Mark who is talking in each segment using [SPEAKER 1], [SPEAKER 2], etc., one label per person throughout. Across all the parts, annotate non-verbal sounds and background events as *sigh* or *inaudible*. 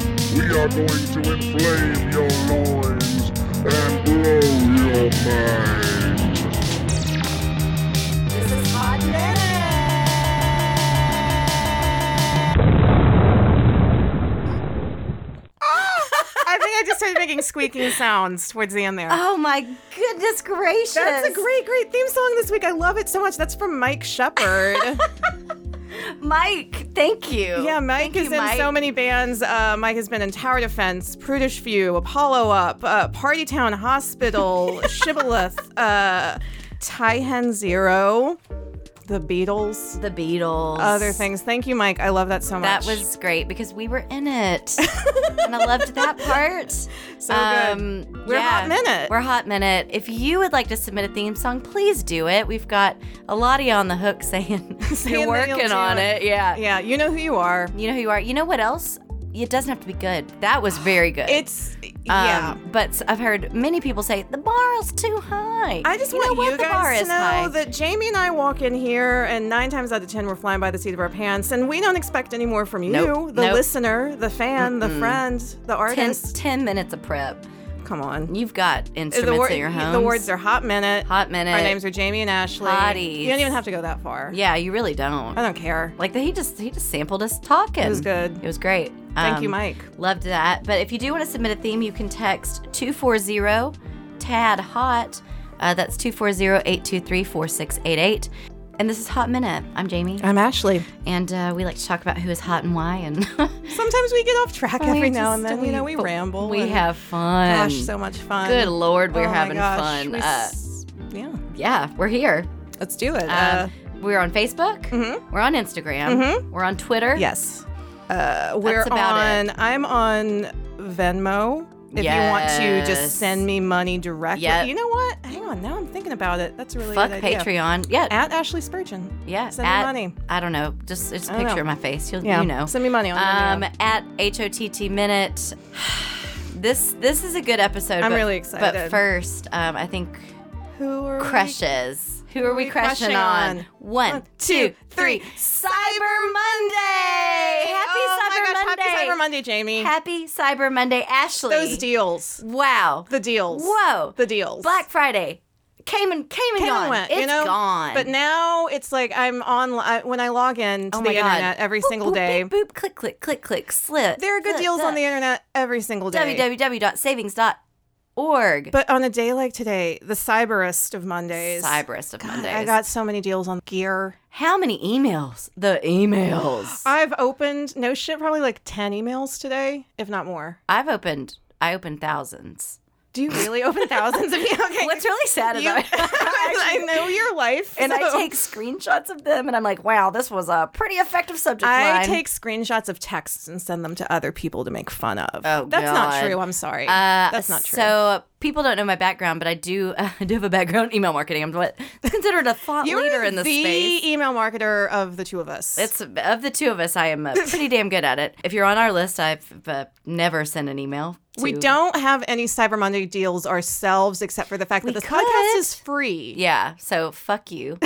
[SPEAKER 1] are going to inflame your loins and blow your mind.
[SPEAKER 2] This is Hot
[SPEAKER 3] I think I just started making squeaking sounds towards the end there.
[SPEAKER 2] Oh my goodness gracious.
[SPEAKER 3] That's a great, great theme song this week. I love it so much. That's from Mike Shepard.
[SPEAKER 2] Mike, thank you.
[SPEAKER 3] yeah, Mike
[SPEAKER 2] Thank
[SPEAKER 3] is
[SPEAKER 2] you,
[SPEAKER 3] in
[SPEAKER 2] Mike.
[SPEAKER 3] so many bands. Uh, Mike has been in Tower Defense, Prudish View, Apollo Up, uh, Party Town
[SPEAKER 2] *laughs*
[SPEAKER 3] Hospital, Shibboleth, uh, Taihen Zero, The Beatles,
[SPEAKER 2] The Beatles.
[SPEAKER 3] other things. Thank you, Mike. I love that so much.
[SPEAKER 2] That was great because we were in it.
[SPEAKER 3] *laughs*
[SPEAKER 2] and I loved that part. So
[SPEAKER 3] good. We're Hot Minute.
[SPEAKER 2] We're Hot Minute. If you would like to submit a theme song, please do it. We've got a lot of you on the hook saying *laughs*
[SPEAKER 3] Saying
[SPEAKER 2] you're
[SPEAKER 3] that you'll
[SPEAKER 2] working
[SPEAKER 3] do
[SPEAKER 2] on
[SPEAKER 3] it.
[SPEAKER 2] it. Yeah.
[SPEAKER 3] Yeah, you know who you are.
[SPEAKER 2] You know who you are. You know what else? It doesn't have to be good. That was very good.
[SPEAKER 3] It's,
[SPEAKER 2] Um,
[SPEAKER 3] yeah.
[SPEAKER 2] But I've heard many people say the bar is too high.
[SPEAKER 3] I just
[SPEAKER 2] you
[SPEAKER 3] want
[SPEAKER 2] know what?
[SPEAKER 3] you
[SPEAKER 2] the bar
[SPEAKER 3] guys
[SPEAKER 2] is
[SPEAKER 3] to know
[SPEAKER 2] high.
[SPEAKER 3] that Jamie and I walk in here, and nine times out of ten, we're flying by the seat of our pants, and we don't expect any more from you,
[SPEAKER 2] Nope.
[SPEAKER 3] the
[SPEAKER 2] Nope.
[SPEAKER 3] listener, the fan, the friend, the
[SPEAKER 2] 10,
[SPEAKER 3] artist.
[SPEAKER 2] 10 minutes of prep.
[SPEAKER 3] Come on.
[SPEAKER 2] You've got instruments
[SPEAKER 3] wor-
[SPEAKER 2] in your home.
[SPEAKER 3] the words are hot minute.
[SPEAKER 2] hot minute.
[SPEAKER 3] Our names are Jamie and Ashley.
[SPEAKER 2] Hotties.
[SPEAKER 3] You don't even have to go that far.
[SPEAKER 2] Yeah, you really don't.
[SPEAKER 3] I don't care.
[SPEAKER 2] Like he just he just sampled us talking. It
[SPEAKER 3] was good.
[SPEAKER 2] It was great.
[SPEAKER 3] Thank you,
[SPEAKER 2] Um,
[SPEAKER 3] Mike.
[SPEAKER 2] Loved that. But if you do want to submit a theme, you can text 240 TAD HOT. Uh, that's 240 823 4688. And this is Hot Minute. I'm Jamie.
[SPEAKER 3] I'm Ashley.
[SPEAKER 2] And uh, we like to talk about who is hot and why. And *laughs*
[SPEAKER 3] Sometimes we get off track
[SPEAKER 2] We
[SPEAKER 3] every now
[SPEAKER 2] just-
[SPEAKER 3] and then. you know, we
[SPEAKER 2] but
[SPEAKER 3] ramble.
[SPEAKER 2] We
[SPEAKER 3] and-
[SPEAKER 2] have fun.
[SPEAKER 3] Gosh, so much fun.
[SPEAKER 2] Good Lord, we're
[SPEAKER 3] Oh my
[SPEAKER 2] having
[SPEAKER 3] gosh,
[SPEAKER 2] fun.
[SPEAKER 3] we
[SPEAKER 2] Uh,
[SPEAKER 3] s- yeah,
[SPEAKER 2] yeah, we're here.
[SPEAKER 3] let's do it.
[SPEAKER 2] Um,
[SPEAKER 3] Uh,
[SPEAKER 2] we're on Facebook.
[SPEAKER 3] Mm-hmm.
[SPEAKER 2] We're on Instagram. We're on Twitter.
[SPEAKER 3] Yes. Uh, we're
[SPEAKER 2] about
[SPEAKER 3] on.
[SPEAKER 2] it.
[SPEAKER 3] I'm on Venmo. If you want to
[SPEAKER 2] Yes.
[SPEAKER 3] just send me money directly.
[SPEAKER 2] Yep.
[SPEAKER 3] You know what? Hang on. Now I'm thinking about it. That's a really
[SPEAKER 2] Fuck
[SPEAKER 3] good idea.
[SPEAKER 2] Patreon. Yeah.
[SPEAKER 3] At Ashley Spurgeon.
[SPEAKER 2] yeah.
[SPEAKER 3] Send
[SPEAKER 2] at-
[SPEAKER 3] me money.
[SPEAKER 2] I don't know. Just it's a
[SPEAKER 3] don't
[SPEAKER 2] picture
[SPEAKER 3] know.
[SPEAKER 2] of my face. You'll
[SPEAKER 3] Yeah.
[SPEAKER 2] you know.
[SPEAKER 3] Send me money on
[SPEAKER 2] Um,
[SPEAKER 3] Venmo.
[SPEAKER 2] at HOTT minute. *sighs* This this is a good episode.
[SPEAKER 3] I'm
[SPEAKER 2] but-
[SPEAKER 3] really excited.
[SPEAKER 2] But first, um, I think
[SPEAKER 3] Who are we?
[SPEAKER 2] crushes. Who are we
[SPEAKER 3] we
[SPEAKER 2] crushing,
[SPEAKER 3] crushing
[SPEAKER 2] on?
[SPEAKER 3] on?
[SPEAKER 2] One, two, three. Cyber Monday. Happy
[SPEAKER 3] Oh
[SPEAKER 2] Cyber
[SPEAKER 3] my gosh,
[SPEAKER 2] Monday.
[SPEAKER 3] Happy Cyber Monday, Jamie.
[SPEAKER 2] Happy Cyber Monday, Ashley.
[SPEAKER 3] Those deals.
[SPEAKER 2] Wow.
[SPEAKER 3] The deals.
[SPEAKER 2] Whoa.
[SPEAKER 3] The deals.
[SPEAKER 2] Black Friday came and came and
[SPEAKER 3] Came and
[SPEAKER 2] gone.
[SPEAKER 3] went,
[SPEAKER 2] It's
[SPEAKER 3] you know?
[SPEAKER 2] gone.
[SPEAKER 3] But now it's like I'm on I- when I log in to
[SPEAKER 2] Oh
[SPEAKER 3] the
[SPEAKER 2] my God.
[SPEAKER 3] internet every
[SPEAKER 2] Boop,
[SPEAKER 3] single
[SPEAKER 2] boop,
[SPEAKER 3] day.
[SPEAKER 2] Boop, boop, click, click, click, click, slip.
[SPEAKER 3] There are good
[SPEAKER 2] slip,
[SPEAKER 3] deals on the
[SPEAKER 2] slip.
[SPEAKER 3] internet every single day.
[SPEAKER 2] E. www.savings.org.
[SPEAKER 3] But on a day like today, the cyberest of Mondays,
[SPEAKER 2] Cyberest of
[SPEAKER 3] God,
[SPEAKER 2] Mondays.
[SPEAKER 3] I got so many deals on gear.
[SPEAKER 2] How many emails? The
[SPEAKER 3] *gasps*
[SPEAKER 2] emails.
[SPEAKER 3] I've opened no shit, probably like ten emails today, if not more.
[SPEAKER 2] I've opened. I opened thousands.
[SPEAKER 3] Do you really open thousands of *laughs* emails? Okay,
[SPEAKER 2] What's really sad
[SPEAKER 3] you, *laughs*
[SPEAKER 2] *laughs* about it, *laughs*
[SPEAKER 3] I know your life,
[SPEAKER 2] and I
[SPEAKER 3] so-
[SPEAKER 2] take screenshots of them, and I'm like, wow, this was a pretty effective subject line.
[SPEAKER 3] I take screenshots of texts and send them to other people to make fun of.
[SPEAKER 2] Oh,
[SPEAKER 3] that's not
[SPEAKER 2] God.
[SPEAKER 3] true. I'm sorry.
[SPEAKER 2] Uh,
[SPEAKER 3] that's not true.
[SPEAKER 2] So people don't know my background, but I do. *laughs* I do have a background in email marketing. I'm what considered a thought
[SPEAKER 3] You're
[SPEAKER 2] leader in this
[SPEAKER 3] the
[SPEAKER 2] space.
[SPEAKER 3] email marketer of the two of us.
[SPEAKER 2] It's of the two of us, I am
[SPEAKER 3] *laughs*
[SPEAKER 2] uh, pretty damn good at it. If you're on our list, I've uh, never sent an email.
[SPEAKER 3] We
[SPEAKER 2] to-
[SPEAKER 3] don't have any Cyber Monday deals ourselves, except for the fact
[SPEAKER 2] We
[SPEAKER 3] that this
[SPEAKER 2] could.
[SPEAKER 3] podcast is free.
[SPEAKER 2] Yeah, so fuck
[SPEAKER 3] *laughs*
[SPEAKER 2] you.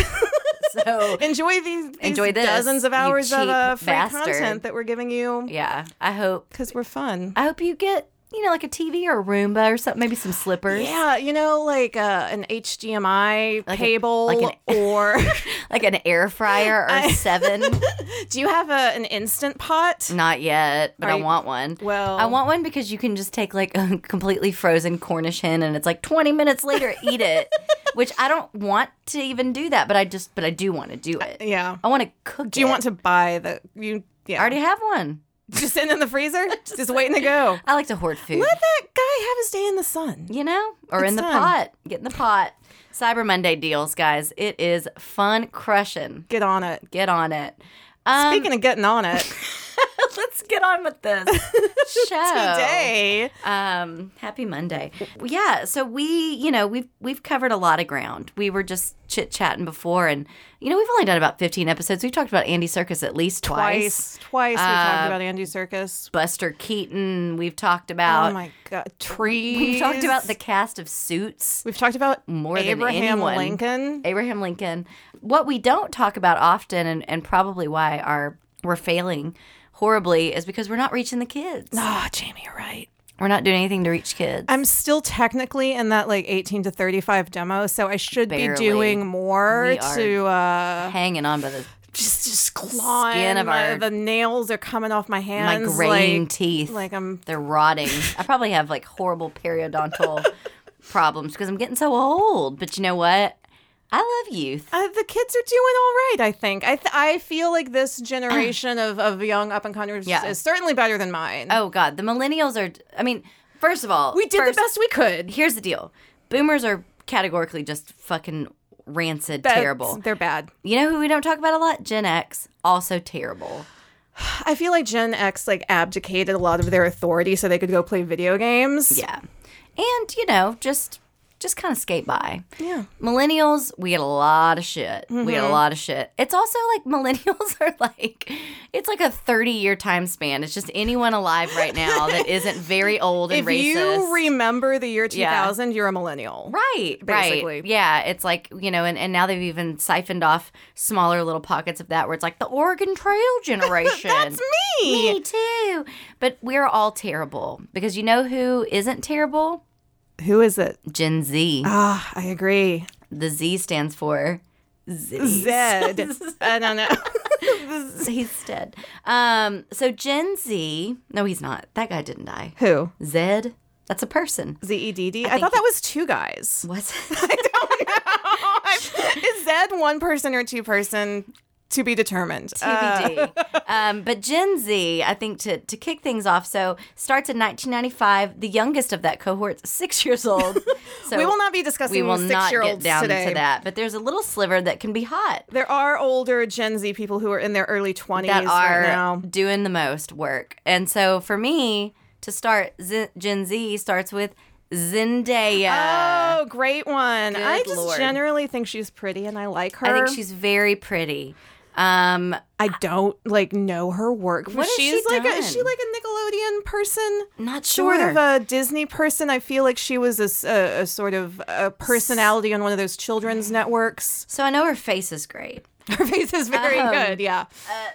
[SPEAKER 2] so
[SPEAKER 3] Enjoy these, these
[SPEAKER 2] Enjoy this,
[SPEAKER 3] dozens of
[SPEAKER 2] you
[SPEAKER 3] hours of
[SPEAKER 2] cheap
[SPEAKER 3] uh, free
[SPEAKER 2] bastard.
[SPEAKER 3] content that we're giving you
[SPEAKER 2] yeah, I hope
[SPEAKER 3] because we're fun.
[SPEAKER 2] I hope you get you know like a TV or a Roomba or something, maybe some slippers,
[SPEAKER 3] Yeah, you know, like uh, an HDMI
[SPEAKER 2] Like a-
[SPEAKER 3] cable,
[SPEAKER 2] like an-
[SPEAKER 3] or
[SPEAKER 2] *laughs*
[SPEAKER 3] *laughs*
[SPEAKER 2] like an air fryer or
[SPEAKER 3] I- *laughs*
[SPEAKER 2] seven.
[SPEAKER 3] do you have a, an instant pot?
[SPEAKER 2] Not yet, but
[SPEAKER 3] Are
[SPEAKER 2] I
[SPEAKER 3] you-
[SPEAKER 2] want one.
[SPEAKER 3] Well,
[SPEAKER 2] I want one because you can just take like *laughs* a completely frozen Cornish hen and it's like 20 minutes later eat it,
[SPEAKER 3] *laughs*
[SPEAKER 2] which I don't want to even do that, but I just but I do want to do it.
[SPEAKER 3] Yeah.
[SPEAKER 2] I want to cook.
[SPEAKER 3] Do you
[SPEAKER 2] it.
[SPEAKER 3] want to buy the you? Yeah,
[SPEAKER 2] I already have one.
[SPEAKER 3] *laughs* just in in the
[SPEAKER 2] *laughs*
[SPEAKER 3] freezer, just waiting to go.
[SPEAKER 2] I like to hoard food.
[SPEAKER 3] Let that guy have his day in the sun.
[SPEAKER 2] You know, or
[SPEAKER 3] It's
[SPEAKER 2] in the
[SPEAKER 3] time.
[SPEAKER 2] pot. Get in the pot. Cyber Monday deals, guys. It is fun crushing.
[SPEAKER 3] Get on it.
[SPEAKER 2] Get on it. *laughs* Um,
[SPEAKER 3] Speaking of getting on
[SPEAKER 2] *laughs*
[SPEAKER 3] it,
[SPEAKER 2] let's get on
[SPEAKER 3] *laughs*
[SPEAKER 2] with this show
[SPEAKER 3] today.
[SPEAKER 2] Um, happy Monday. Yeah, so we, you know, we've we've covered a lot of ground. We were just chit chatting before, and you know, we've only done about fifteen episodes. We've talked about Andy Circus at least twice.
[SPEAKER 3] Twice, twice we talked
[SPEAKER 2] Uh,
[SPEAKER 3] about Andy Circus.
[SPEAKER 2] Buster Keaton. We've
[SPEAKER 3] Oh
[SPEAKER 2] talked about.
[SPEAKER 3] my god, trees.
[SPEAKER 2] we've talked about the cast of Suits.
[SPEAKER 3] We've talked about
[SPEAKER 2] More than
[SPEAKER 3] Abraham
[SPEAKER 2] anyone.
[SPEAKER 3] Lincoln.
[SPEAKER 2] Abraham Lincoln. What we don't talk about often, and, and probably why our we're failing horribly is because we're not reaching the kids.
[SPEAKER 3] Oh, Jamie, you're right.
[SPEAKER 2] We're not doing anything to reach kids.
[SPEAKER 3] I'm still technically in that like 18 to 35 demo, so I should
[SPEAKER 2] Barely.
[SPEAKER 3] be doing more
[SPEAKER 2] We are-
[SPEAKER 3] to uh
[SPEAKER 2] hanging on by the
[SPEAKER 3] just just clawing.
[SPEAKER 2] Skin of
[SPEAKER 3] my-
[SPEAKER 2] our-
[SPEAKER 3] the nails are coming off my
[SPEAKER 2] my
[SPEAKER 3] hands.
[SPEAKER 2] graying
[SPEAKER 3] like,
[SPEAKER 2] teeth.
[SPEAKER 3] like I'm
[SPEAKER 2] They're rotting. I probably have like horrible
[SPEAKER 3] *laughs*
[SPEAKER 2] periodontal problems because I'm getting so old. But you know what? I love youth.
[SPEAKER 3] uh, the kids are doing all right. I think I th- I feel like this
[SPEAKER 2] *clears throat*
[SPEAKER 3] generation of, of young up and comers
[SPEAKER 2] Yeah.
[SPEAKER 3] is certainly better than mine.
[SPEAKER 2] Oh God, the millennials are. I mean, first of all,
[SPEAKER 3] we did
[SPEAKER 2] first-
[SPEAKER 3] the best we could.
[SPEAKER 2] Here's the deal: boomers are categorically just fucking rancid,
[SPEAKER 3] That's-
[SPEAKER 2] terrible.
[SPEAKER 3] They're bad.
[SPEAKER 2] You know who we don't talk about a lot? Gen X, also terrible.
[SPEAKER 3] I feel like Gen X like abdicated a lot of their authority so they could go play video games.
[SPEAKER 2] Yeah, and you know, just just kind of skate by.
[SPEAKER 3] Yeah.
[SPEAKER 2] millennials we get a lot of shit we
[SPEAKER 3] Mm-hmm.
[SPEAKER 2] get a lot of shit it's also like *laughs* millennials are like it's like a 30 year time span it's just anyone alive right now that isn't very old
[SPEAKER 3] *laughs*
[SPEAKER 2] and
[SPEAKER 3] If
[SPEAKER 2] racist
[SPEAKER 3] you remember the year
[SPEAKER 2] Yeah.
[SPEAKER 3] 2000, you're a millennial.
[SPEAKER 2] Right,
[SPEAKER 3] basically.
[SPEAKER 2] right. Yeah, it's like, you know, and, and now they've even siphoned off smaller little pockets of that where it's like the
[SPEAKER 3] *laughs*
[SPEAKER 2] Oregon Trail generation. That's
[SPEAKER 3] me.
[SPEAKER 2] Me too. But we're all terrible because you know who isn't terrible?
[SPEAKER 3] Who is it?
[SPEAKER 2] Gen Z.
[SPEAKER 3] Ah, I
[SPEAKER 2] *laughs*
[SPEAKER 3] agree.
[SPEAKER 2] The Z stands for
[SPEAKER 3] *laughs*
[SPEAKER 2] Z's. *laughs*
[SPEAKER 3] Zed. Uh, I don't know.
[SPEAKER 2] he's dead. Um, so Gen Z. No, he's not. That guy didn't die.
[SPEAKER 3] Who?
[SPEAKER 2] Zed. That's a person. *laughs*
[SPEAKER 3] Z E D D. I thought that was two guys.
[SPEAKER 2] What's
[SPEAKER 3] *laughs* is Zed one person or two person? To be determined. Uh, *laughs*
[SPEAKER 2] TBD? um, but Gen Z, I think to to kick things off, so starts in 1995. The youngest of that cohort's *laughs* six years old.
[SPEAKER 3] *laughs*
[SPEAKER 2] So
[SPEAKER 3] we will not be discussing
[SPEAKER 2] we will not get
[SPEAKER 3] six-year-olds
[SPEAKER 2] down
[SPEAKER 3] today.
[SPEAKER 2] to that. But there's a little sliver that can be hot
[SPEAKER 3] There are older Gen Z people who are in their early twenties
[SPEAKER 2] that
[SPEAKER 3] right
[SPEAKER 2] are
[SPEAKER 3] now.
[SPEAKER 2] doing the most work. And so for me to start, Z- Gen Z starts with Zendaya.
[SPEAKER 3] oh, great one! I
[SPEAKER 2] Good
[SPEAKER 3] just
[SPEAKER 2] Lord.
[SPEAKER 3] generally think she's pretty, and I like her.
[SPEAKER 2] I think she's very pretty. Um,
[SPEAKER 3] I don't like know her work.
[SPEAKER 2] What has
[SPEAKER 3] she's
[SPEAKER 2] she
[SPEAKER 3] like A,
[SPEAKER 2] done?
[SPEAKER 3] is she like a Nickelodeon person?
[SPEAKER 2] not sure.
[SPEAKER 3] Sort of a Disney person. I feel like she was a, s- a- a sort of a personality on one of those children's networks.
[SPEAKER 2] so I know her face is great.
[SPEAKER 3] Her face is very
[SPEAKER 2] Um,
[SPEAKER 3] good. Yeah.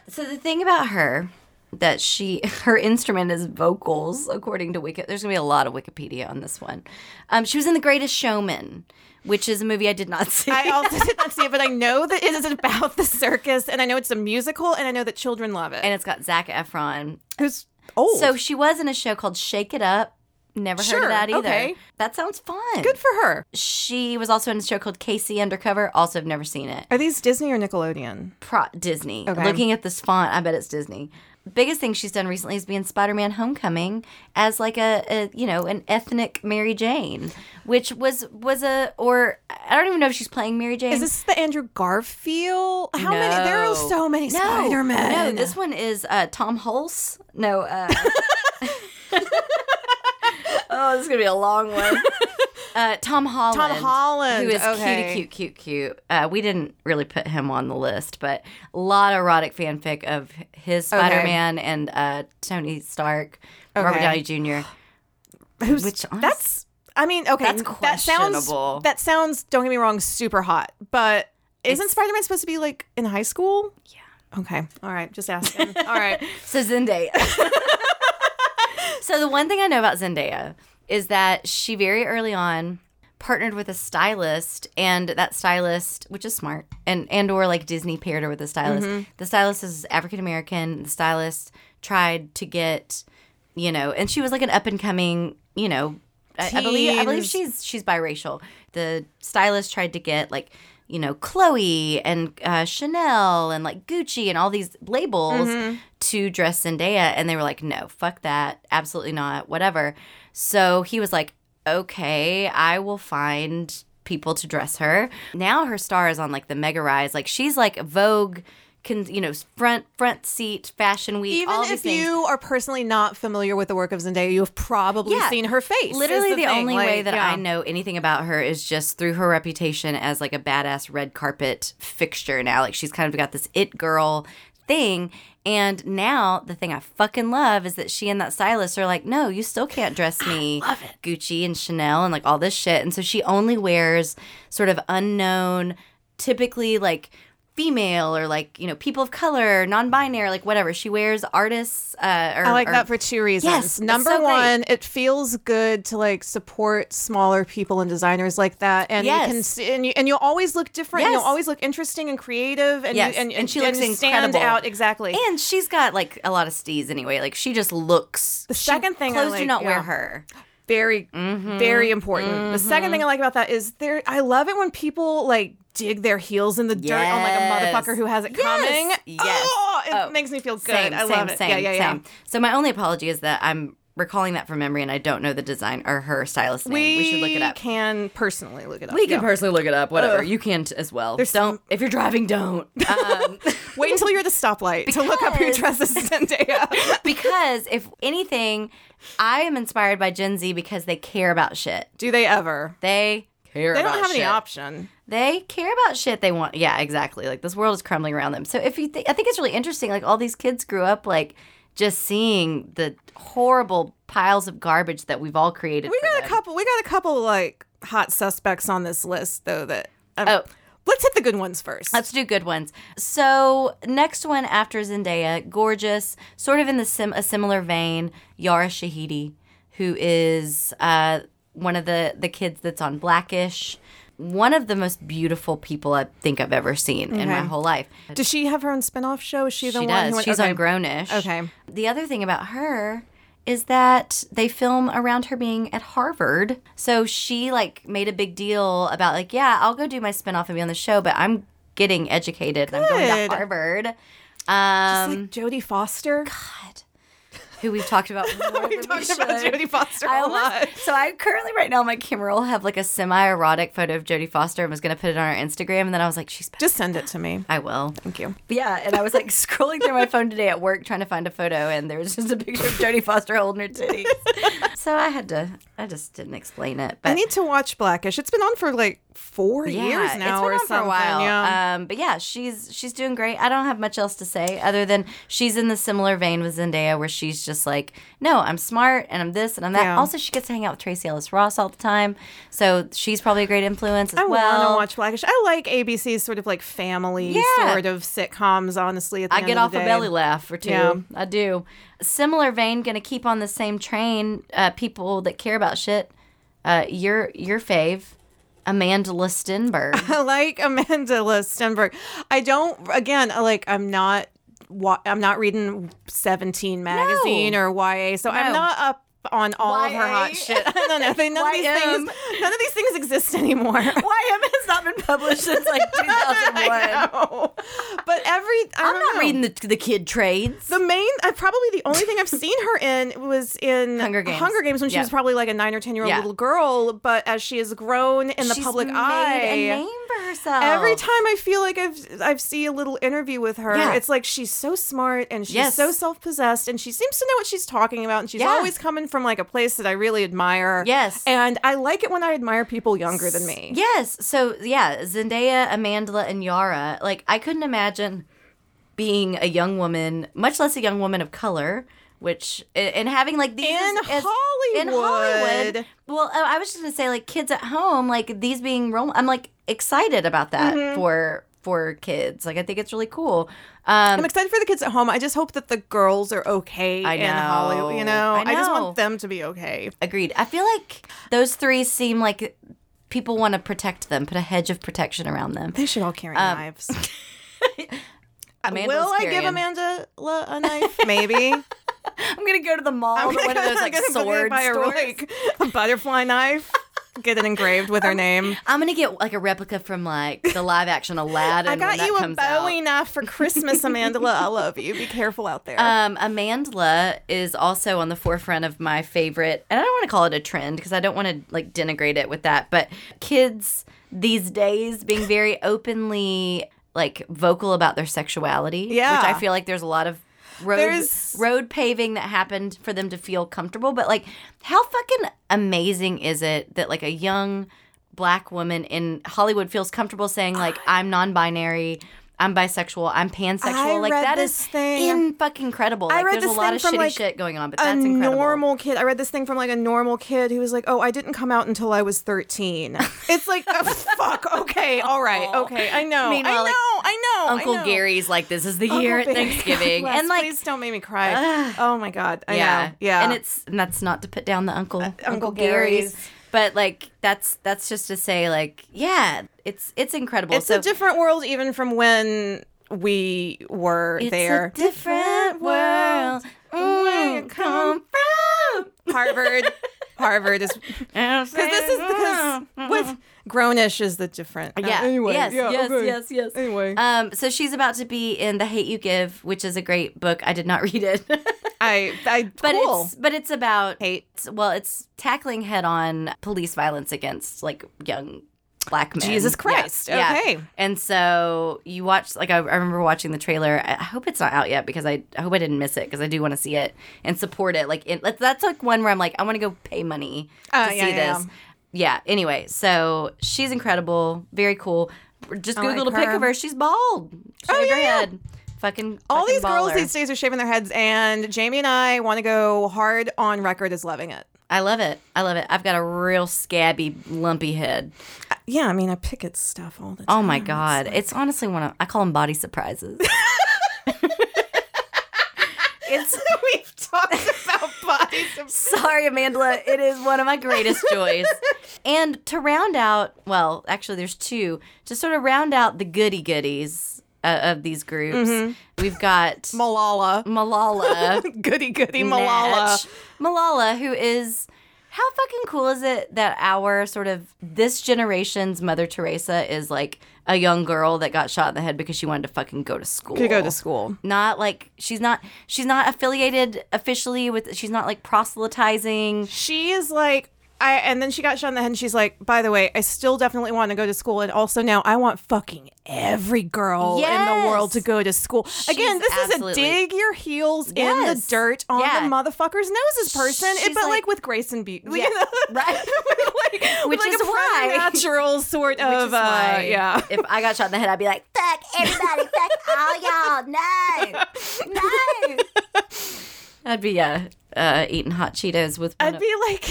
[SPEAKER 2] So the thing about her that she *laughs* her instrument is vocals, according to Wiki. There's gonna be a lot of Wikipedia on this one. Um, she was in The Greatest Showman, which is a movie I did not *laughs* see.
[SPEAKER 3] I also did not see it, but I know that it is about the circus, and I know it's a musical, and I know that children love it.
[SPEAKER 2] and it's got Zach Efron.
[SPEAKER 3] who's old?
[SPEAKER 2] So she was in a show called Shake It Up. Never heard
[SPEAKER 3] Sure,
[SPEAKER 2] of that either.
[SPEAKER 3] okay.
[SPEAKER 2] That sounds fun.
[SPEAKER 3] good for her.
[SPEAKER 2] She was also in a show called Casey Undercover. Also, have never seen it.
[SPEAKER 3] Are these Disney or Nickelodeon?
[SPEAKER 2] pro- Disney.
[SPEAKER 3] Okay.
[SPEAKER 2] Looking at this font, I bet it's Disney. Biggest thing she's done recently is being Spider-Man: Homecoming as like a, a you know an ethnic Mary Jane, which was was a or I don't even know if she's playing Mary Jane.
[SPEAKER 3] Is this the Andrew Garfield? How many? There are
[SPEAKER 2] No.
[SPEAKER 3] so many
[SPEAKER 2] no,
[SPEAKER 3] Spider Men.
[SPEAKER 2] No, this one is uh, Tom Hulse. No.
[SPEAKER 3] *laughs*
[SPEAKER 2] Uh, oh, this is gonna be a long one. Uh, Tom Holland.
[SPEAKER 3] Holland,
[SPEAKER 2] who is
[SPEAKER 3] okay.
[SPEAKER 2] cute, cute, cute. Uh, we didn't really put him on the list, but a lot of erotic fanfic of his Spider-Man and uh, Tony Stark, Robert
[SPEAKER 3] Okay.
[SPEAKER 2] Downey Jr.
[SPEAKER 3] Who's
[SPEAKER 2] Which, honest-
[SPEAKER 3] that's I mean, okay,
[SPEAKER 2] That's
[SPEAKER 3] that
[SPEAKER 2] questionable.
[SPEAKER 3] sounds that sounds don't get me wrong, super hot, but isn't
[SPEAKER 2] It's-
[SPEAKER 3] Spider-Man supposed to be like in high school? Yeah. Okay. All right, just asking. All
[SPEAKER 2] *laughs*
[SPEAKER 3] right.
[SPEAKER 2] So Zendaya. so the one thing I know about Zendaya is that she very early on partnered with a stylist and that stylist which is smart and and or like disney paired her with a stylist the stylist is african american the stylist tried to get you know and she was like an up and coming you know I, I believe i believe
[SPEAKER 3] Teens.
[SPEAKER 2] she's she's biracial the stylist tried to get like you know chloe and uh, chanel and like gucci and all these labels
[SPEAKER 3] Mm-hmm.
[SPEAKER 2] to dress zendaya and they were like no fuck that absolutely not whatever so he was like okay, I will find people to dress her. Now her star is on like the mega rise. Like she's like Vogue, can you know front front seat fashion week.
[SPEAKER 3] Even
[SPEAKER 2] all
[SPEAKER 3] if
[SPEAKER 2] these things.
[SPEAKER 3] you are personally not familiar with the work of Zendaya, you have probably
[SPEAKER 2] Yeah.
[SPEAKER 3] seen her face. is
[SPEAKER 2] Literally, the,
[SPEAKER 3] thing,
[SPEAKER 2] only
[SPEAKER 3] like,
[SPEAKER 2] way that
[SPEAKER 3] yeah.
[SPEAKER 2] I know anything about her is just through her reputation as like a badass red carpet fixture now. Like, she's kind of got this it girl thing. And now, the thing I fucking love is that she and that stylist are like, no, you still can't dress me Gucci and Chanel and like all this shit. And so she only wears sort of unknown, typically like female or like you know people of color, non-binary, like whatever. She wears artists. Uh, or,
[SPEAKER 3] I like
[SPEAKER 2] or-
[SPEAKER 3] that for two reasons.
[SPEAKER 2] Yes, it's
[SPEAKER 3] Number
[SPEAKER 2] so great.
[SPEAKER 3] one, it feels good to like support smaller people and designers like that, and
[SPEAKER 2] Yes.
[SPEAKER 3] you can see, and you and you'll always look different. and
[SPEAKER 2] Yes.
[SPEAKER 3] You'll always look interesting and creative, and
[SPEAKER 2] Yes,
[SPEAKER 3] you, and,
[SPEAKER 2] and she looks
[SPEAKER 3] stand
[SPEAKER 2] incredible.
[SPEAKER 3] out exactly.
[SPEAKER 2] and she's got like a lot of stees anyway. Like she just looks. The
[SPEAKER 3] second thing I
[SPEAKER 2] clothes do
[SPEAKER 3] like-
[SPEAKER 2] not wear
[SPEAKER 3] yeah.
[SPEAKER 2] her.
[SPEAKER 3] very
[SPEAKER 2] Mm-hmm.
[SPEAKER 3] very important. The second thing I like about that is there. I love it when people like dig their heels in the dirt on like
[SPEAKER 2] Yes.
[SPEAKER 3] a motherfucker who has it
[SPEAKER 2] Yes.
[SPEAKER 3] coming.
[SPEAKER 2] Yes.
[SPEAKER 3] Oh, it
[SPEAKER 2] Oh.
[SPEAKER 3] makes me feel good.
[SPEAKER 2] Same,
[SPEAKER 3] I love
[SPEAKER 2] same,
[SPEAKER 3] it.
[SPEAKER 2] same,
[SPEAKER 3] yeah, yeah, yeah.
[SPEAKER 2] same. So my only apology is that I'm recalling that from memory, and I don't know the design or her stylist name. We, should look it up.
[SPEAKER 3] Can personally look it up.
[SPEAKER 2] We can
[SPEAKER 3] yeah.
[SPEAKER 2] personally look it up. Whatever you can t- as well. Don't if you're driving, don't. *laughs* Um,
[SPEAKER 3] Wait until you're at a stoplight to look up who
[SPEAKER 2] Because- *laughs*
[SPEAKER 3] dresses Zendaya.
[SPEAKER 2] because if anything, I am inspired by Gen Z because they care about shit.
[SPEAKER 3] Do they ever?
[SPEAKER 2] They care.
[SPEAKER 3] They don't
[SPEAKER 2] about
[SPEAKER 3] have any
[SPEAKER 2] shit.
[SPEAKER 3] option.
[SPEAKER 2] They care about shit they want. Yeah, exactly. Like this world is crumbling around them. So if you, think, I think it's really interesting. Like all these kids grew up like just seeing the horrible piles of garbage that we've all created.
[SPEAKER 3] We
[SPEAKER 2] for
[SPEAKER 3] got a
[SPEAKER 2] them.
[SPEAKER 3] couple. We got a couple like hot suspects on this list though. That um,
[SPEAKER 2] Oh.
[SPEAKER 3] let's hit the good ones first.
[SPEAKER 2] Let's do good ones. So next one after Zendaya, gorgeous, sort of in the sim- a similar vein, Yara Shahidi, who is uh, one of the the kids that's on Blackish, one of the most beautiful people I think I've ever seen in my
[SPEAKER 3] Okay.
[SPEAKER 2] whole life.
[SPEAKER 3] Does she have her own spin-off show? Is she the
[SPEAKER 2] she
[SPEAKER 3] one
[SPEAKER 2] does.
[SPEAKER 3] who went,
[SPEAKER 2] She's
[SPEAKER 3] okay.
[SPEAKER 2] on Grownish.
[SPEAKER 3] Okay.
[SPEAKER 2] The other thing about her is that they film around her being at Harvard. So she like made a big deal about like, yeah, I'll go do my spinoff and be on the show, but I'm getting educated. and I'm going
[SPEAKER 3] Good.
[SPEAKER 2] to Harvard.
[SPEAKER 3] It's
[SPEAKER 2] Um,
[SPEAKER 3] like Jodie Foster.
[SPEAKER 2] who we've talked
[SPEAKER 3] *laughs*
[SPEAKER 2] about more
[SPEAKER 3] We
[SPEAKER 2] than
[SPEAKER 3] talked
[SPEAKER 2] we
[SPEAKER 3] about
[SPEAKER 2] should.
[SPEAKER 3] Jodie Foster
[SPEAKER 2] I
[SPEAKER 3] a lot.
[SPEAKER 2] almost, so I currently right now on my camera roll have like a semi-erotic photo of Jodie Foster and was going to put it on our Instagram and then I was like she's
[SPEAKER 3] Just send it to me.
[SPEAKER 2] I will.
[SPEAKER 3] Thank you.
[SPEAKER 2] Yeah, and I was like *laughs* scrolling through my phone today at work trying to find a photo, and there was just a picture of Jodie Foster holding her titties. *laughs* so I had to, I just didn't explain it. But
[SPEAKER 3] I need to watch Blackish. It's been on for like four
[SPEAKER 2] yeah,
[SPEAKER 3] years now
[SPEAKER 2] it's been
[SPEAKER 3] or
[SPEAKER 2] on
[SPEAKER 3] something.
[SPEAKER 2] for a while.
[SPEAKER 3] Yeah.
[SPEAKER 2] Um, but yeah, she's she's doing great. I don't have much else to say other than she's in the similar vein with Zendaya, where she's just like, no, I'm smart and I'm this and I'm that.
[SPEAKER 3] Yeah.
[SPEAKER 2] Also, she gets to hang out with Tracy Ellis Ross all the time, so she's probably a great influence as
[SPEAKER 3] I
[SPEAKER 2] well.
[SPEAKER 3] want to watch Blackish. I like ABC's sort of like family
[SPEAKER 2] Yeah.
[SPEAKER 3] sort of sitcoms. Honestly, at the
[SPEAKER 2] I
[SPEAKER 3] end
[SPEAKER 2] get
[SPEAKER 3] of
[SPEAKER 2] off
[SPEAKER 3] the
[SPEAKER 2] a
[SPEAKER 3] day.
[SPEAKER 2] belly laugh or two.
[SPEAKER 3] Yeah.
[SPEAKER 2] I do. Similar vein, gonna keep on the same train. Uh, people that care about shit. Uh, your your fave,
[SPEAKER 3] *laughs*
[SPEAKER 2] Amanda Listenberg.
[SPEAKER 3] I like Amanda Stenberg. I don't. Again, I like I'm not. wa- I'm not reading 17 magazine or YA, so I'm
[SPEAKER 2] No.
[SPEAKER 3] not up on all of her hot
[SPEAKER 2] YA.
[SPEAKER 3] shit. *laughs* I don't know. They, none of these
[SPEAKER 2] YM.
[SPEAKER 3] things. None of these things exist
[SPEAKER 2] *laughs*
[SPEAKER 3] anymore.
[SPEAKER 2] YM has not been published since *laughs* like 2001.
[SPEAKER 3] *laughs* I know. But every I don't
[SPEAKER 2] I'm not
[SPEAKER 3] know.
[SPEAKER 2] reading the the kid trades.
[SPEAKER 3] The main, uh, probably the only
[SPEAKER 2] *laughs*
[SPEAKER 3] thing I've seen her in was in
[SPEAKER 2] Hunger Games.
[SPEAKER 3] Hunger Games when she
[SPEAKER 2] Yeah.
[SPEAKER 3] was probably like a nine or ten year old
[SPEAKER 2] Yeah.
[SPEAKER 3] little girl. But as she has grown in the
[SPEAKER 2] She's
[SPEAKER 3] public
[SPEAKER 2] made
[SPEAKER 3] eye,
[SPEAKER 2] a name for herself.
[SPEAKER 3] Every time I feel like I've I've seen a little interview with her,
[SPEAKER 2] Oh. Yeah.
[SPEAKER 3] it's like she's so smart and she's
[SPEAKER 2] Yes.
[SPEAKER 3] so self possessed and she seems to know what she's talking about and she's
[SPEAKER 2] Yeah.
[SPEAKER 3] always coming from like a place that I really admire.
[SPEAKER 2] Yes.
[SPEAKER 3] and I like it when I admire people younger than me.
[SPEAKER 2] Yes. So yeah, Zendaya, Amandla, and Yara. Like I couldn't imagine being a young woman, much less a young woman of color. Which and having like these
[SPEAKER 3] In
[SPEAKER 2] as- as- in
[SPEAKER 3] Hollywood.
[SPEAKER 2] Hollywood. Well, oh, I I was just gonna say like kids at home, like these being role. I'm like excited about that
[SPEAKER 3] Mm-hmm.
[SPEAKER 2] for for kids. Like I think it's really cool. Um,
[SPEAKER 3] I'm excited for the kids at home. I just hope that the girls are okay
[SPEAKER 2] I
[SPEAKER 3] in Hollywood. You
[SPEAKER 2] know.
[SPEAKER 3] know,
[SPEAKER 2] I
[SPEAKER 3] just
[SPEAKER 2] know.
[SPEAKER 3] want them to be okay.
[SPEAKER 2] agreed. I feel like those three seem like people want to protect them, put a hedge of protection around them.
[SPEAKER 3] They should all carry
[SPEAKER 2] Um, *laughs*
[SPEAKER 3] knives.
[SPEAKER 2] Amanda
[SPEAKER 3] Will I give
[SPEAKER 2] Lascarian.
[SPEAKER 3] Amanda La-
[SPEAKER 2] *laughs*
[SPEAKER 3] a knife? Maybe.
[SPEAKER 2] I'm gonna go to the mall to one of those
[SPEAKER 3] *laughs*
[SPEAKER 2] like
[SPEAKER 3] I'm gonna go
[SPEAKER 2] sword
[SPEAKER 3] buy a,
[SPEAKER 2] stores.
[SPEAKER 3] like, a butterfly knife. Get it engraved with her name.
[SPEAKER 2] *laughs* I'm gonna get like a replica from like the live action Aladdin.
[SPEAKER 3] I got
[SPEAKER 2] when that
[SPEAKER 3] you a
[SPEAKER 2] comes
[SPEAKER 3] Bowie
[SPEAKER 2] Out.
[SPEAKER 3] knife for Christmas, Amanda. La. I love you. Be careful out there.
[SPEAKER 2] Um, Amandla is also on the forefront of my favorite, and I don't want to call it a trend because I don't want to like denigrate it with that. But kids these
[SPEAKER 3] *laughs*
[SPEAKER 2] days being very openly like vocal about their sexuality,
[SPEAKER 3] Yeah.
[SPEAKER 2] which I feel like there's a lot of road
[SPEAKER 3] There's-
[SPEAKER 2] road paving that happened for them to feel comfortable. But like, how fucking amazing is it that like a young black woman in Hollywood feels comfortable saying like I'm non-binary. I'm bisexual. I'm pansexual.
[SPEAKER 3] I
[SPEAKER 2] like
[SPEAKER 3] read
[SPEAKER 2] that is
[SPEAKER 3] this thing-
[SPEAKER 2] in fucking incredible.
[SPEAKER 3] I
[SPEAKER 2] Like,
[SPEAKER 3] read
[SPEAKER 2] there's
[SPEAKER 3] this
[SPEAKER 2] a lot
[SPEAKER 3] thing
[SPEAKER 2] of
[SPEAKER 3] from,
[SPEAKER 2] shitty
[SPEAKER 3] like,
[SPEAKER 2] shit going on, but
[SPEAKER 3] a
[SPEAKER 2] that's incredible.
[SPEAKER 3] Um, normal kid. I read this thing from like a normal kid who was like, "Oh, I didn't come out until
[SPEAKER 2] *laughs*
[SPEAKER 3] I was 13." It's like, oh, "Fuck, uh, okay, all right, okay, I know,
[SPEAKER 2] Meanwhile,
[SPEAKER 3] I know,
[SPEAKER 2] like,
[SPEAKER 3] I know. I
[SPEAKER 2] Uncle
[SPEAKER 3] know.
[SPEAKER 2] Gary's like, this is the
[SPEAKER 3] Uncle
[SPEAKER 2] year
[SPEAKER 3] *laughs*
[SPEAKER 2] at
[SPEAKER 3] Barry,
[SPEAKER 2] Thanksgiving.
[SPEAKER 3] God
[SPEAKER 2] and
[SPEAKER 3] bless,
[SPEAKER 2] like,
[SPEAKER 3] please don't make me cry.
[SPEAKER 2] Ugh.
[SPEAKER 3] oh my god. I
[SPEAKER 2] yeah,
[SPEAKER 3] know. Yeah. Uh,
[SPEAKER 2] And it's and that's not to put down the Uncle Uncle,
[SPEAKER 3] Uncle
[SPEAKER 2] Gary's.
[SPEAKER 3] Gary's.
[SPEAKER 2] But like that's that's just to say like yeah it's it's incredible.
[SPEAKER 3] it's
[SPEAKER 2] so
[SPEAKER 3] a different world even from when we were
[SPEAKER 2] it's
[SPEAKER 3] there.
[SPEAKER 2] a different world where you come from. *laughs*
[SPEAKER 3] Harvard. Harvard is because
[SPEAKER 2] Because
[SPEAKER 3] this is because with Mm-hmm. Grownish is the different.
[SPEAKER 2] yeah. yes, yes, yes, yes.
[SPEAKER 3] Anyway,
[SPEAKER 2] Um, so she's about to be in The Hate You Give, which is a great book. I did not *laughs* read it, but
[SPEAKER 3] I I cool.
[SPEAKER 2] it's but it's about
[SPEAKER 3] Hate.
[SPEAKER 2] it's- well, it's tackling head on police violence against like young black men.
[SPEAKER 3] Jesus
[SPEAKER 2] Yeah.
[SPEAKER 3] Christ. Okay.
[SPEAKER 2] And so you watch like I, I remember watching the trailer. I I hope it's not out yet because I, I hope I didn't miss it because I do want to see it and support it. Like it, that's- that's like one where I'm like I want to go pay money to
[SPEAKER 3] Uh,
[SPEAKER 2] see
[SPEAKER 3] yeah, yeah,
[SPEAKER 2] this. Yeah. Anyway, so she's incredible, very cool. Just
[SPEAKER 3] I
[SPEAKER 2] googled
[SPEAKER 3] like
[SPEAKER 2] a pic
[SPEAKER 3] her. Oh,
[SPEAKER 2] of her. She's bald. Shaved
[SPEAKER 3] yeah,
[SPEAKER 2] her
[SPEAKER 3] yeah.
[SPEAKER 2] head. Fucking
[SPEAKER 3] All
[SPEAKER 2] fucking
[SPEAKER 3] these girls
[SPEAKER 2] baller.
[SPEAKER 3] these days are shaving their heads, and Jamie and I want to go hard on record as loving it.
[SPEAKER 2] I love it. I love it. I've got a real scabby, lumpy head.
[SPEAKER 3] Yeah, I mean, I pick at stuff all the time.
[SPEAKER 2] Oh my god, it's honestly one of I call them body surprises. it's
[SPEAKER 3] *laughs* We've talked about bodies. Of-
[SPEAKER 2] sorry, Amanda. It is one of my greatest joys. And to round out, well, actually, there's two. To sort of round out the goody goodies uh, of these groups, we've got
[SPEAKER 3] Malala.
[SPEAKER 2] Malala.
[SPEAKER 3] *laughs* Goody goody
[SPEAKER 2] match.
[SPEAKER 3] Malala.
[SPEAKER 2] Malala, who is how fucking cool is it that our sort of this generation's Mother Teresa is like a young girl that got shot in the head because she wanted to fucking go to school.
[SPEAKER 3] Could go to school.
[SPEAKER 2] Not like she's not she's not affiliated officially with she's not like proselytizing.
[SPEAKER 3] She is like, I, and then she got shot in the head, and she's like, by the way, I still definitely want to go to school. And also now I want fucking every girl in the world
[SPEAKER 2] Yes.
[SPEAKER 3] to go to school. Again, this
[SPEAKER 2] absolutely-
[SPEAKER 3] is a dig your heels in the
[SPEAKER 2] Yes.
[SPEAKER 3] dirt on
[SPEAKER 2] Yeah.
[SPEAKER 3] the motherfucker's noses person. It,
[SPEAKER 2] She's
[SPEAKER 3] but like,
[SPEAKER 2] like-
[SPEAKER 3] with grace and beauty.
[SPEAKER 2] Yeah, right. *laughs*
[SPEAKER 3] *laughs*
[SPEAKER 2] Which
[SPEAKER 3] like
[SPEAKER 2] is
[SPEAKER 3] a
[SPEAKER 2] why-
[SPEAKER 3] natural sort
[SPEAKER 2] Which
[SPEAKER 3] of,
[SPEAKER 2] is
[SPEAKER 3] uh,
[SPEAKER 2] why
[SPEAKER 3] yeah.
[SPEAKER 2] If I got shot in the head, I'd be like, fuck everybody, fuck all y'all. No. No.
[SPEAKER 3] *laughs*
[SPEAKER 2] I'd be uh, uh, eating hot Cheetos with one
[SPEAKER 3] I'd
[SPEAKER 2] of-
[SPEAKER 3] be
[SPEAKER 2] *laughs*
[SPEAKER 3] like,